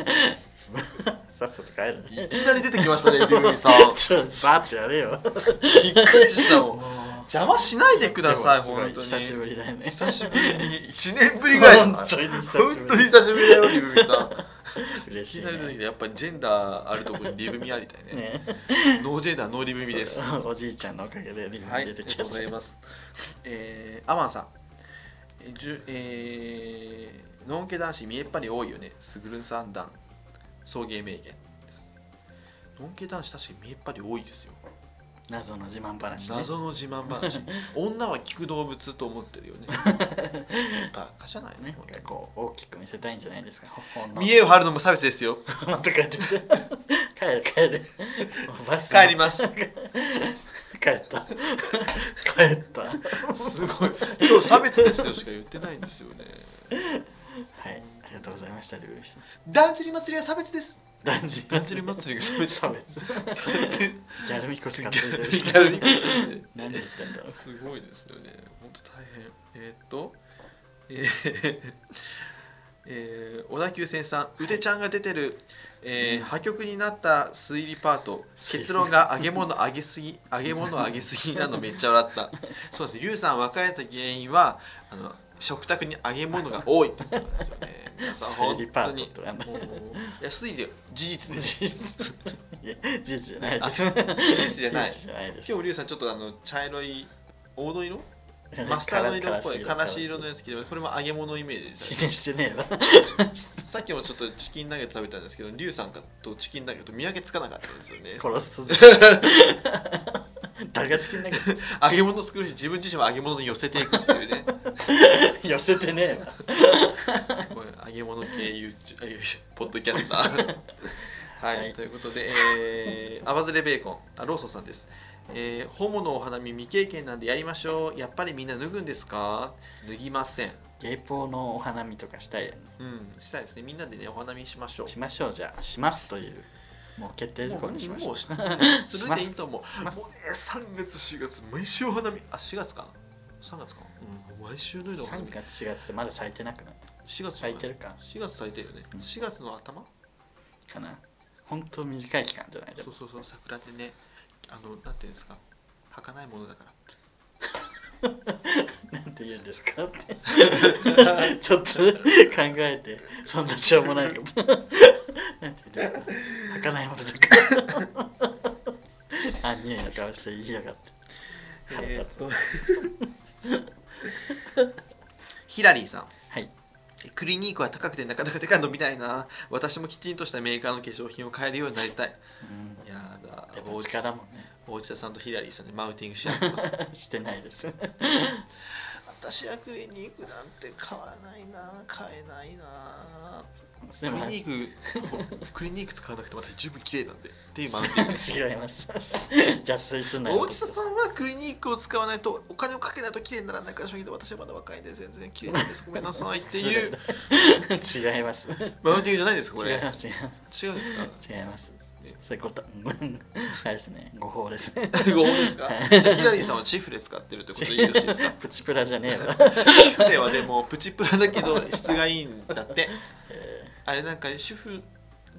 [SPEAKER 1] す
[SPEAKER 2] さっさと帰るね
[SPEAKER 1] いきなり出てきましたねリブミさん
[SPEAKER 2] ちょバーってやれよ
[SPEAKER 1] びっくりしたもん邪魔しないでください
[SPEAKER 2] で
[SPEAKER 1] 本当
[SPEAKER 2] もすご
[SPEAKER 1] に
[SPEAKER 2] 久しぶりだよね
[SPEAKER 1] 久しぶりに1年ぶりぐらい
[SPEAKER 2] 本当に久しぶ
[SPEAKER 1] 本
[SPEAKER 2] り
[SPEAKER 1] 当に久しぶりだよリブミさ ん
[SPEAKER 2] 嬉し
[SPEAKER 1] いき
[SPEAKER 2] い
[SPEAKER 1] な
[SPEAKER 2] ね
[SPEAKER 1] り出てきてやっぱりジェンダーあるところにリブミありたいね
[SPEAKER 2] ね
[SPEAKER 1] ノージェンダーノーリブミです
[SPEAKER 2] そうおじいちゃんのおかげでリブ
[SPEAKER 1] はい、あ
[SPEAKER 2] ミ
[SPEAKER 1] り
[SPEAKER 2] 出
[SPEAKER 1] がと
[SPEAKER 2] てき
[SPEAKER 1] うご
[SPEAKER 2] ま
[SPEAKER 1] ざ
[SPEAKER 2] し
[SPEAKER 1] い
[SPEAKER 2] た
[SPEAKER 1] ます。えー、アマンさん、えーじゅえー、ノンケ男子見えっぱり多いよね。スグルンさん団、送迎名言です。ノンケ男子確かに見えっぱり多いですよ。
[SPEAKER 2] 謎の自慢話ね
[SPEAKER 1] 謎の自慢 話女は聞く動物と思ってるよねバカじゃないの
[SPEAKER 2] ね
[SPEAKER 1] 本当
[SPEAKER 2] なんか
[SPEAKER 1] に
[SPEAKER 2] こう大きく見せたいんじゃないですか本の
[SPEAKER 1] 見 栄を張るのも差別ですよ
[SPEAKER 2] また帰ってきた帰る帰るバス
[SPEAKER 1] 帰ります
[SPEAKER 2] 帰った帰ったは
[SPEAKER 1] すごい今日差別ですよしか言ってないんですよね
[SPEAKER 2] いありがとうございましたリュウイさん
[SPEAKER 1] だんじり祭りは差別です
[SPEAKER 2] 男児
[SPEAKER 1] だんじり祭りが差別
[SPEAKER 2] 差別ギャルみこしかついてる
[SPEAKER 1] ギャルみこし
[SPEAKER 2] 何言ってんだろう
[SPEAKER 1] すごいですよね。本当大変。えーっと、えー えー小田急線さん、うてちゃんが出てる、えー破局になった推理パート、
[SPEAKER 2] 推理
[SPEAKER 1] 結論が揚げ物揚げすぎ、揚げ物揚げすぎなの めっちゃ笑った。そうですね、リュウさん別れた原因は、あの食卓に揚げ物が多いってことなんですよね。皆さん
[SPEAKER 2] 推理パート
[SPEAKER 1] 本当に
[SPEAKER 2] とか
[SPEAKER 1] もういや推理は事実です。
[SPEAKER 2] 事実いや事実じゃないです
[SPEAKER 1] 実じゃない
[SPEAKER 2] 事実じゃないです
[SPEAKER 1] 今日リュウさんちょっとあの茶色い黄土色
[SPEAKER 2] うん
[SPEAKER 1] マスタード色っぽい、
[SPEAKER 2] から
[SPEAKER 1] 悲しい色のやつ着てますこれも揚げ物イメージですよね。
[SPEAKER 2] 死にしてねえわ
[SPEAKER 1] さっきもちょっとチキンナゲット食べたんですけど、リュウさんとチキンナゲット見分けつかなかったですよね。
[SPEAKER 2] 殺すぞ誰がチキンだけ
[SPEAKER 1] 揚げ物作るし、自分自身も揚げ物に寄せていくっていうね、
[SPEAKER 2] 寄せてねえわ
[SPEAKER 1] すごい揚げ物系 YouTube あ YouTube ポッドキャスター。はい、
[SPEAKER 2] はい
[SPEAKER 1] ということで、えー、アバズレベーコン、あローソンさんです。えー、ホモのお花見未経験なんでやりましょう。やっぱりみんな脱ぐんですか脱ぎません。
[SPEAKER 2] ゲイポーのお花見とかしたいよね
[SPEAKER 1] うん、したいですね。みんなでね、お花見しましょう。
[SPEAKER 2] しましょうじゃあしますというもう決定事項にしましょ
[SPEAKER 1] も
[SPEAKER 2] う
[SPEAKER 1] うし
[SPEAKER 2] し
[SPEAKER 1] する
[SPEAKER 2] ま
[SPEAKER 1] ですいいと思う。
[SPEAKER 2] します
[SPEAKER 1] もうね3月、4月、毎週お花見。あ、4月かな ?3 月かな、うん、毎週のようなお花見
[SPEAKER 2] 3。月4月ってまだ咲いてなくない
[SPEAKER 1] 4月
[SPEAKER 2] 咲いてるか
[SPEAKER 1] 4月咲いてるよね。
[SPEAKER 2] うん
[SPEAKER 1] 4月の頭、
[SPEAKER 2] かな本当短い期間じゃないで
[SPEAKER 1] そう
[SPEAKER 2] も
[SPEAKER 1] そうそう、桜ってね、あの、なんていうんですか、儚いものだから。
[SPEAKER 2] なんて言うんですかって ちょっと考えてそんなしょうもないことなんて言うんですか儚かないものだ からあんにゃいな顔して言いやがって腹立
[SPEAKER 1] えーっ
[SPEAKER 2] つ
[SPEAKER 1] と、ヒラリーさん。
[SPEAKER 2] はい
[SPEAKER 1] クリニークは高くてなかなか手が伸びないな。私もきちんとしたメーカーの化粧品を買えるようになりたい。
[SPEAKER 2] うん
[SPEAKER 1] やだ
[SPEAKER 2] やっ、
[SPEAKER 1] お
[SPEAKER 2] ぱ
[SPEAKER 1] うち
[SPEAKER 2] 力もね
[SPEAKER 1] 大内田さんとヒラリーさんでマウンティングし合ってます。
[SPEAKER 2] してないです
[SPEAKER 1] 私はクリニークなんて買わないな買えないな
[SPEAKER 2] でも
[SPEAKER 1] クリニーク クリニーク使わなくても私十分綺麗なん でっていうマウンティング
[SPEAKER 2] 違います。邪推すんなよ。
[SPEAKER 1] 大内田さんはクリニークを使わないとお金をかけないと綺麗にならないから商品で私はまだ若いんで全然綺麗 なんですごめんなさいって
[SPEAKER 2] 失
[SPEAKER 1] い
[SPEAKER 2] 礼
[SPEAKER 1] う
[SPEAKER 2] だ 違います。違い
[SPEAKER 1] マウンティングじゃないですか
[SPEAKER 2] ま
[SPEAKER 1] こ
[SPEAKER 2] す。
[SPEAKER 1] れ違
[SPEAKER 2] 違います。
[SPEAKER 1] うんですか
[SPEAKER 2] 違います。そういうこと。うんあれですね。誤報ですね。
[SPEAKER 1] ごめんです かじゃあヒラリーさんはチフレ使ってるってことでよろしいですか
[SPEAKER 2] プチプラじゃねえわ。
[SPEAKER 1] チフレはでもプチプラだけど質がいいんだって
[SPEAKER 2] え
[SPEAKER 1] あれなんか主婦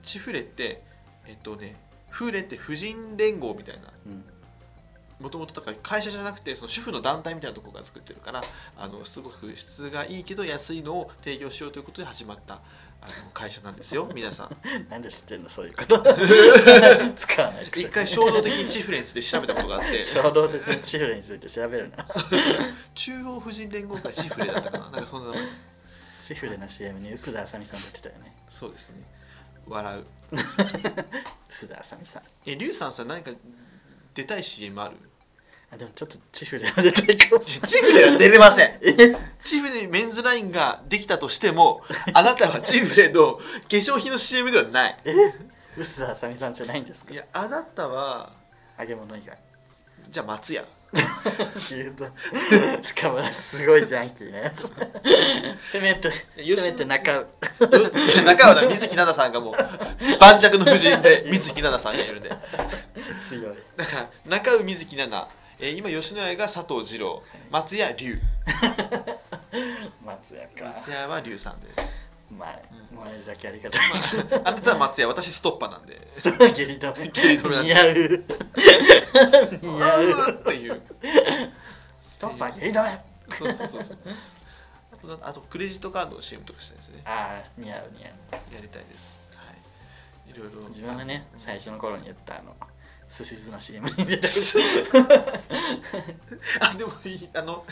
[SPEAKER 1] チフレってえっとねフーレって婦人連合みたいな
[SPEAKER 2] ーうん
[SPEAKER 1] もともとだから会社じゃなくてその主婦の団体みたいなところが作ってるからあのすごく質がいいけど安いのを提供しようということで始まったあの会社なんです よ皆さん
[SPEAKER 2] なんで知ってんのそうい うこと。使わないくせに
[SPEAKER 1] 一回衝動的にチフレについて調べたことがあっ て
[SPEAKER 2] 衝動的にチフレについて調べるな。
[SPEAKER 1] 中央婦人連合会チフレだったかななんかそんな名前
[SPEAKER 2] チフレの CM に薄田あさみさん出てたよね。
[SPEAKER 1] そうですね笑う
[SPEAKER 2] 薄田あさみさん。
[SPEAKER 1] えリュウさんさ何か出たい CM ある
[SPEAKER 2] あでもちょっとチフレは出ていこう。
[SPEAKER 1] チフレは出れませんチフレメンズラインができたとしてもあなたはチフレの化粧品の CM ではない
[SPEAKER 2] 薄田あさみさんじゃないんですか
[SPEAKER 1] い。やあなたは
[SPEAKER 2] 揚げ物以外。
[SPEAKER 1] じゃあ松屋
[SPEAKER 2] 言うとしかもすごいジャンキーなやつせめて
[SPEAKER 1] よし
[SPEAKER 2] せめて中
[SPEAKER 1] 中は水木奈々さんがもう盤石の夫人 で水木奈々さんがいるんで
[SPEAKER 2] 強い
[SPEAKER 1] だから中尾水木奈々、えー今吉野家が佐藤二郎松屋龍
[SPEAKER 2] 松屋か
[SPEAKER 1] 松屋は龍さんで、
[SPEAKER 2] まあ
[SPEAKER 1] うん
[SPEAKER 2] 燃えるだけありがたい
[SPEAKER 1] まあ、あなたは松屋私ストッパなんで
[SPEAKER 2] そう下痢止め
[SPEAKER 1] 下痢止めだ
[SPEAKER 2] 似合う似合
[SPEAKER 1] あ
[SPEAKER 2] う
[SPEAKER 1] ーっていう
[SPEAKER 2] ストッパー下痢止め
[SPEAKER 1] そうそうそうそうあとなあとクレジットカードの CM とかしたいですね
[SPEAKER 2] ああ似合う似合
[SPEAKER 1] やりたいですはいいろいろ
[SPEAKER 2] う自分がね最初の頃に言ったあのすし酢の CM に出てる
[SPEAKER 1] あでもいいあの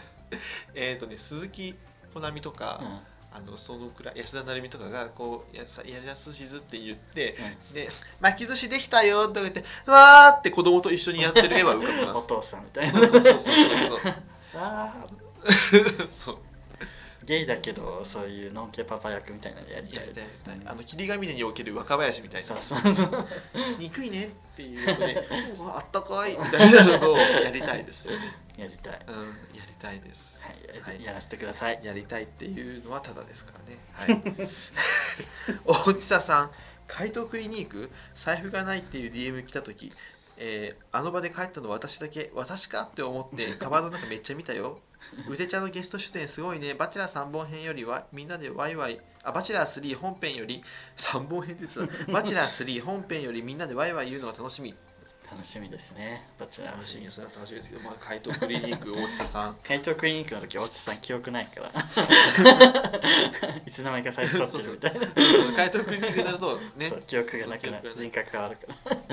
[SPEAKER 1] えっ、とね鈴木保奈美とか、
[SPEAKER 2] うん
[SPEAKER 1] あのそのくらい安田成美とかがこうやさややすしずって言って、
[SPEAKER 2] う
[SPEAKER 1] で巻き寿司できたよとか言ってわーって子供と一緒にやってる絵は浮かびま
[SPEAKER 2] お
[SPEAKER 1] す。
[SPEAKER 2] 父さんみたい
[SPEAKER 1] そうそう
[SPEAKER 2] な
[SPEAKER 1] そうそうそう
[SPEAKER 2] あー
[SPEAKER 1] そう
[SPEAKER 2] ゲイだけどそういうノンケパパ役みたいなのやりた
[SPEAKER 1] や
[SPEAKER 2] い
[SPEAKER 1] りたいやりたいあの霧ヶ峰における若林みたい
[SPEAKER 2] そ
[SPEAKER 1] な
[SPEAKER 2] うそうそう
[SPEAKER 1] 憎いねっていうのでうわあったかいみたいなのをやりたいですよね、
[SPEAKER 2] やりたいは
[SPEAKER 1] うん、やりたいです、
[SPEAKER 2] い、やりやらせてください
[SPEAKER 1] やりたいっていうのはただですからね。 はい、大地佐さん、怪盗クリニーク、財布がないっていう DM 来たとき、えーあの場で帰ったの私だけ、私かって思って、カバンの中めっちゃ見たよ。うてちゃんのゲスト出演すごいね。バチェラー3本編よりは、みんなでワイワイ、あ、バチェラー3本編より、3本編って言ってた。バチェラー3本編よりみんなでワイワイ言うのが楽しみ。
[SPEAKER 2] 楽しみですねバチェラー
[SPEAKER 1] 楽し
[SPEAKER 2] シ
[SPEAKER 1] み
[SPEAKER 2] ーン
[SPEAKER 1] それは楽しみですけど、まあ、怪盗クリニーク、大地佐さん。
[SPEAKER 2] 怪盗クリニックの時大津さん記憶ないから いつの間にか財布取ってるみたいな
[SPEAKER 1] 怪盗クリニークになると、ね
[SPEAKER 2] そう、記憶がなくな
[SPEAKER 1] そう記憶が
[SPEAKER 2] る人格変わるから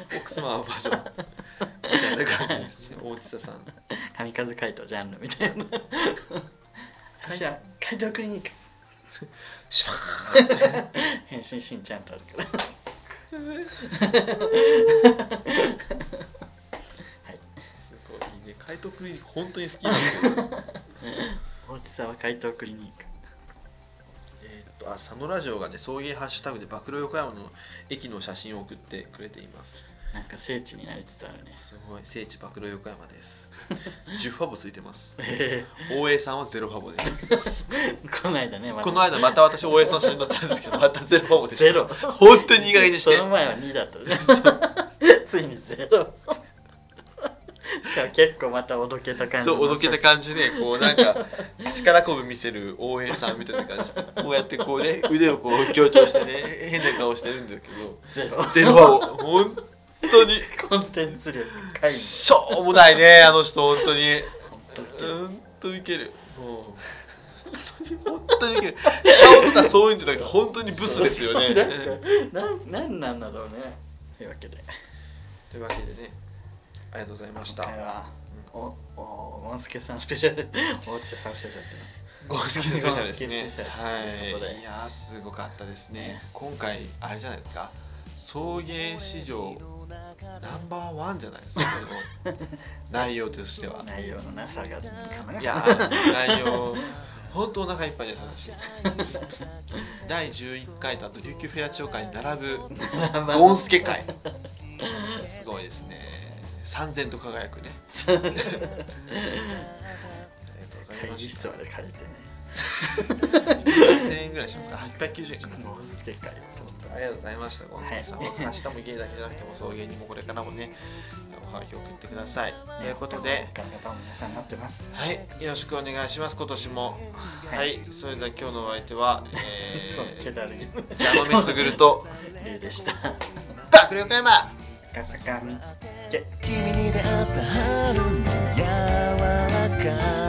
[SPEAKER 1] オックスマンバージョンみたいな感じですね。大地さん。
[SPEAKER 2] 神風怪盗ジャンルみたい な私は怪盗クリニック
[SPEAKER 1] シュ
[SPEAKER 2] 変身しんちゃんとあるから
[SPEAKER 1] すごいね。怪盗クリニック本当に好きなんですよ。
[SPEAKER 2] 大津さんは怪盗クリニック
[SPEAKER 1] えーっとあ佐野ラジオがね送迎ハッシュタグで暴露横山の駅の写真を送ってくれています。
[SPEAKER 2] なんか聖地になりつつあるね
[SPEAKER 1] すごい聖地暴露横山 です。10ファボついてます。
[SPEAKER 2] え
[SPEAKER 1] 大江さんはゼロファボです。
[SPEAKER 2] えこの間ねまた
[SPEAKER 1] この間また私大江さん死んだったんですけどまたゼロファボでした。
[SPEAKER 2] ゼロ
[SPEAKER 1] 本当に意外でした
[SPEAKER 2] その前は2だった ねついにゼロしかも結構またおどけた感じ
[SPEAKER 1] そ
[SPEAKER 2] の
[SPEAKER 1] うおどけた感じでこうなんか力こぶ見せる大平さんみたいな感じでこうやってこうね腕をこう強調してね変な顔してるんですけど
[SPEAKER 2] ゼロ
[SPEAKER 1] ゼロを本当に
[SPEAKER 2] コンテンツ力高い
[SPEAKER 1] しょうもないねあの人本当に
[SPEAKER 2] 本当に
[SPEAKER 1] 本当にウケるもう本当にウケる顔とかそういうんじゃなくて本当にブスですよね
[SPEAKER 2] そうなんかなんなんなんだろうねというわけで
[SPEAKER 1] というわけでねありがとうございまし
[SPEAKER 2] 今回
[SPEAKER 1] た
[SPEAKER 2] はおおゴンスケさんスペシャル大津さんスペシャルだっ
[SPEAKER 1] ゴースキースペシャルです
[SPEAKER 2] ゴースキ
[SPEAKER 1] ね
[SPEAKER 2] ースペシ
[SPEAKER 1] は
[SPEAKER 2] ャルということで
[SPEAKER 1] いいやーすごかったですね今回あれじゃないですか送迎史上ナンバーワンじゃないです か、この内容として
[SPEAKER 2] た
[SPEAKER 1] は。
[SPEAKER 2] な内容のなさがいいかない
[SPEAKER 1] やー、内容、本当お腹いっぱいです、 私。第11回とあと琉球フェラチオ会に並 ぶゴンスケ会。すごいですね。三千と輝くね。ありがとうござい
[SPEAKER 2] 会
[SPEAKER 1] ま
[SPEAKER 2] 議
[SPEAKER 1] し
[SPEAKER 2] 室
[SPEAKER 1] た
[SPEAKER 2] ま。で借りてね
[SPEAKER 1] 1000円ぐらいしますか ?890 円かな。
[SPEAKER 2] ゴンスケ会ってこと
[SPEAKER 1] ありがとうございました、ゴンスケさん。明日も芸だけじゃなくても、送迎にもこれからもね、おはがき送ってください。ということで、
[SPEAKER 2] 考え方も皆さんになってます
[SPEAKER 1] はい、よろしくお願いします、今年も。はい、
[SPEAKER 2] い
[SPEAKER 1] それでは今日のお相手は、え
[SPEAKER 2] そう気だるい
[SPEAKER 1] ー、ジャノメスグル と、
[SPEAKER 2] 例でした
[SPEAKER 1] バックル岡山
[SPEAKER 2] 赤坂見つけ
[SPEAKER 6] 君に出会った春の柔らか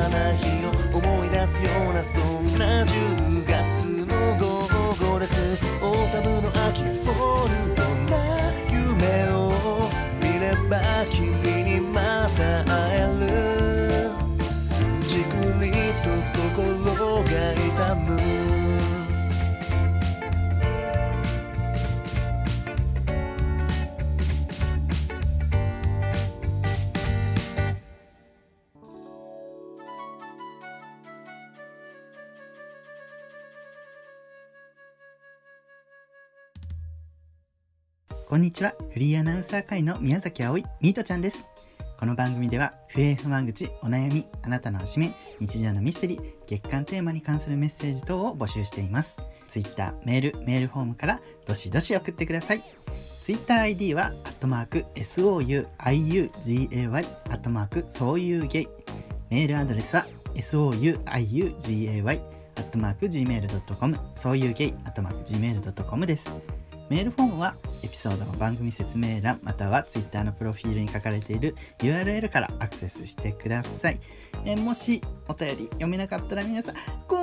[SPEAKER 6] な日を思い出すようなそんな10月の午後ですオータムの秋フォルトな夢を見れば君にまた会えるじくりと心が痛む
[SPEAKER 4] こんにちは。フリーアナウンサー会の宮崎葵、ミートちゃんです。この番組では、不平不満口、お悩み、あなたのおしめ、日常のミステリー、月間テーマに関するメッセージ等を募集しています。Twitter、メール、メールフォームから、どしどし送ってください。TwitterID は、アットマーク、souiugay、アットマーク、そういうゲイ。メールアドレスは、souiugay、アットマーク、gmail.com、そういうゲイ、アットマーク、gmail.com です。メールフォームはエピソードの番組説明欄または Twitter のプロフィールに書かれている URL からアクセスしてください。えーもしお便り読めなかったら皆さんご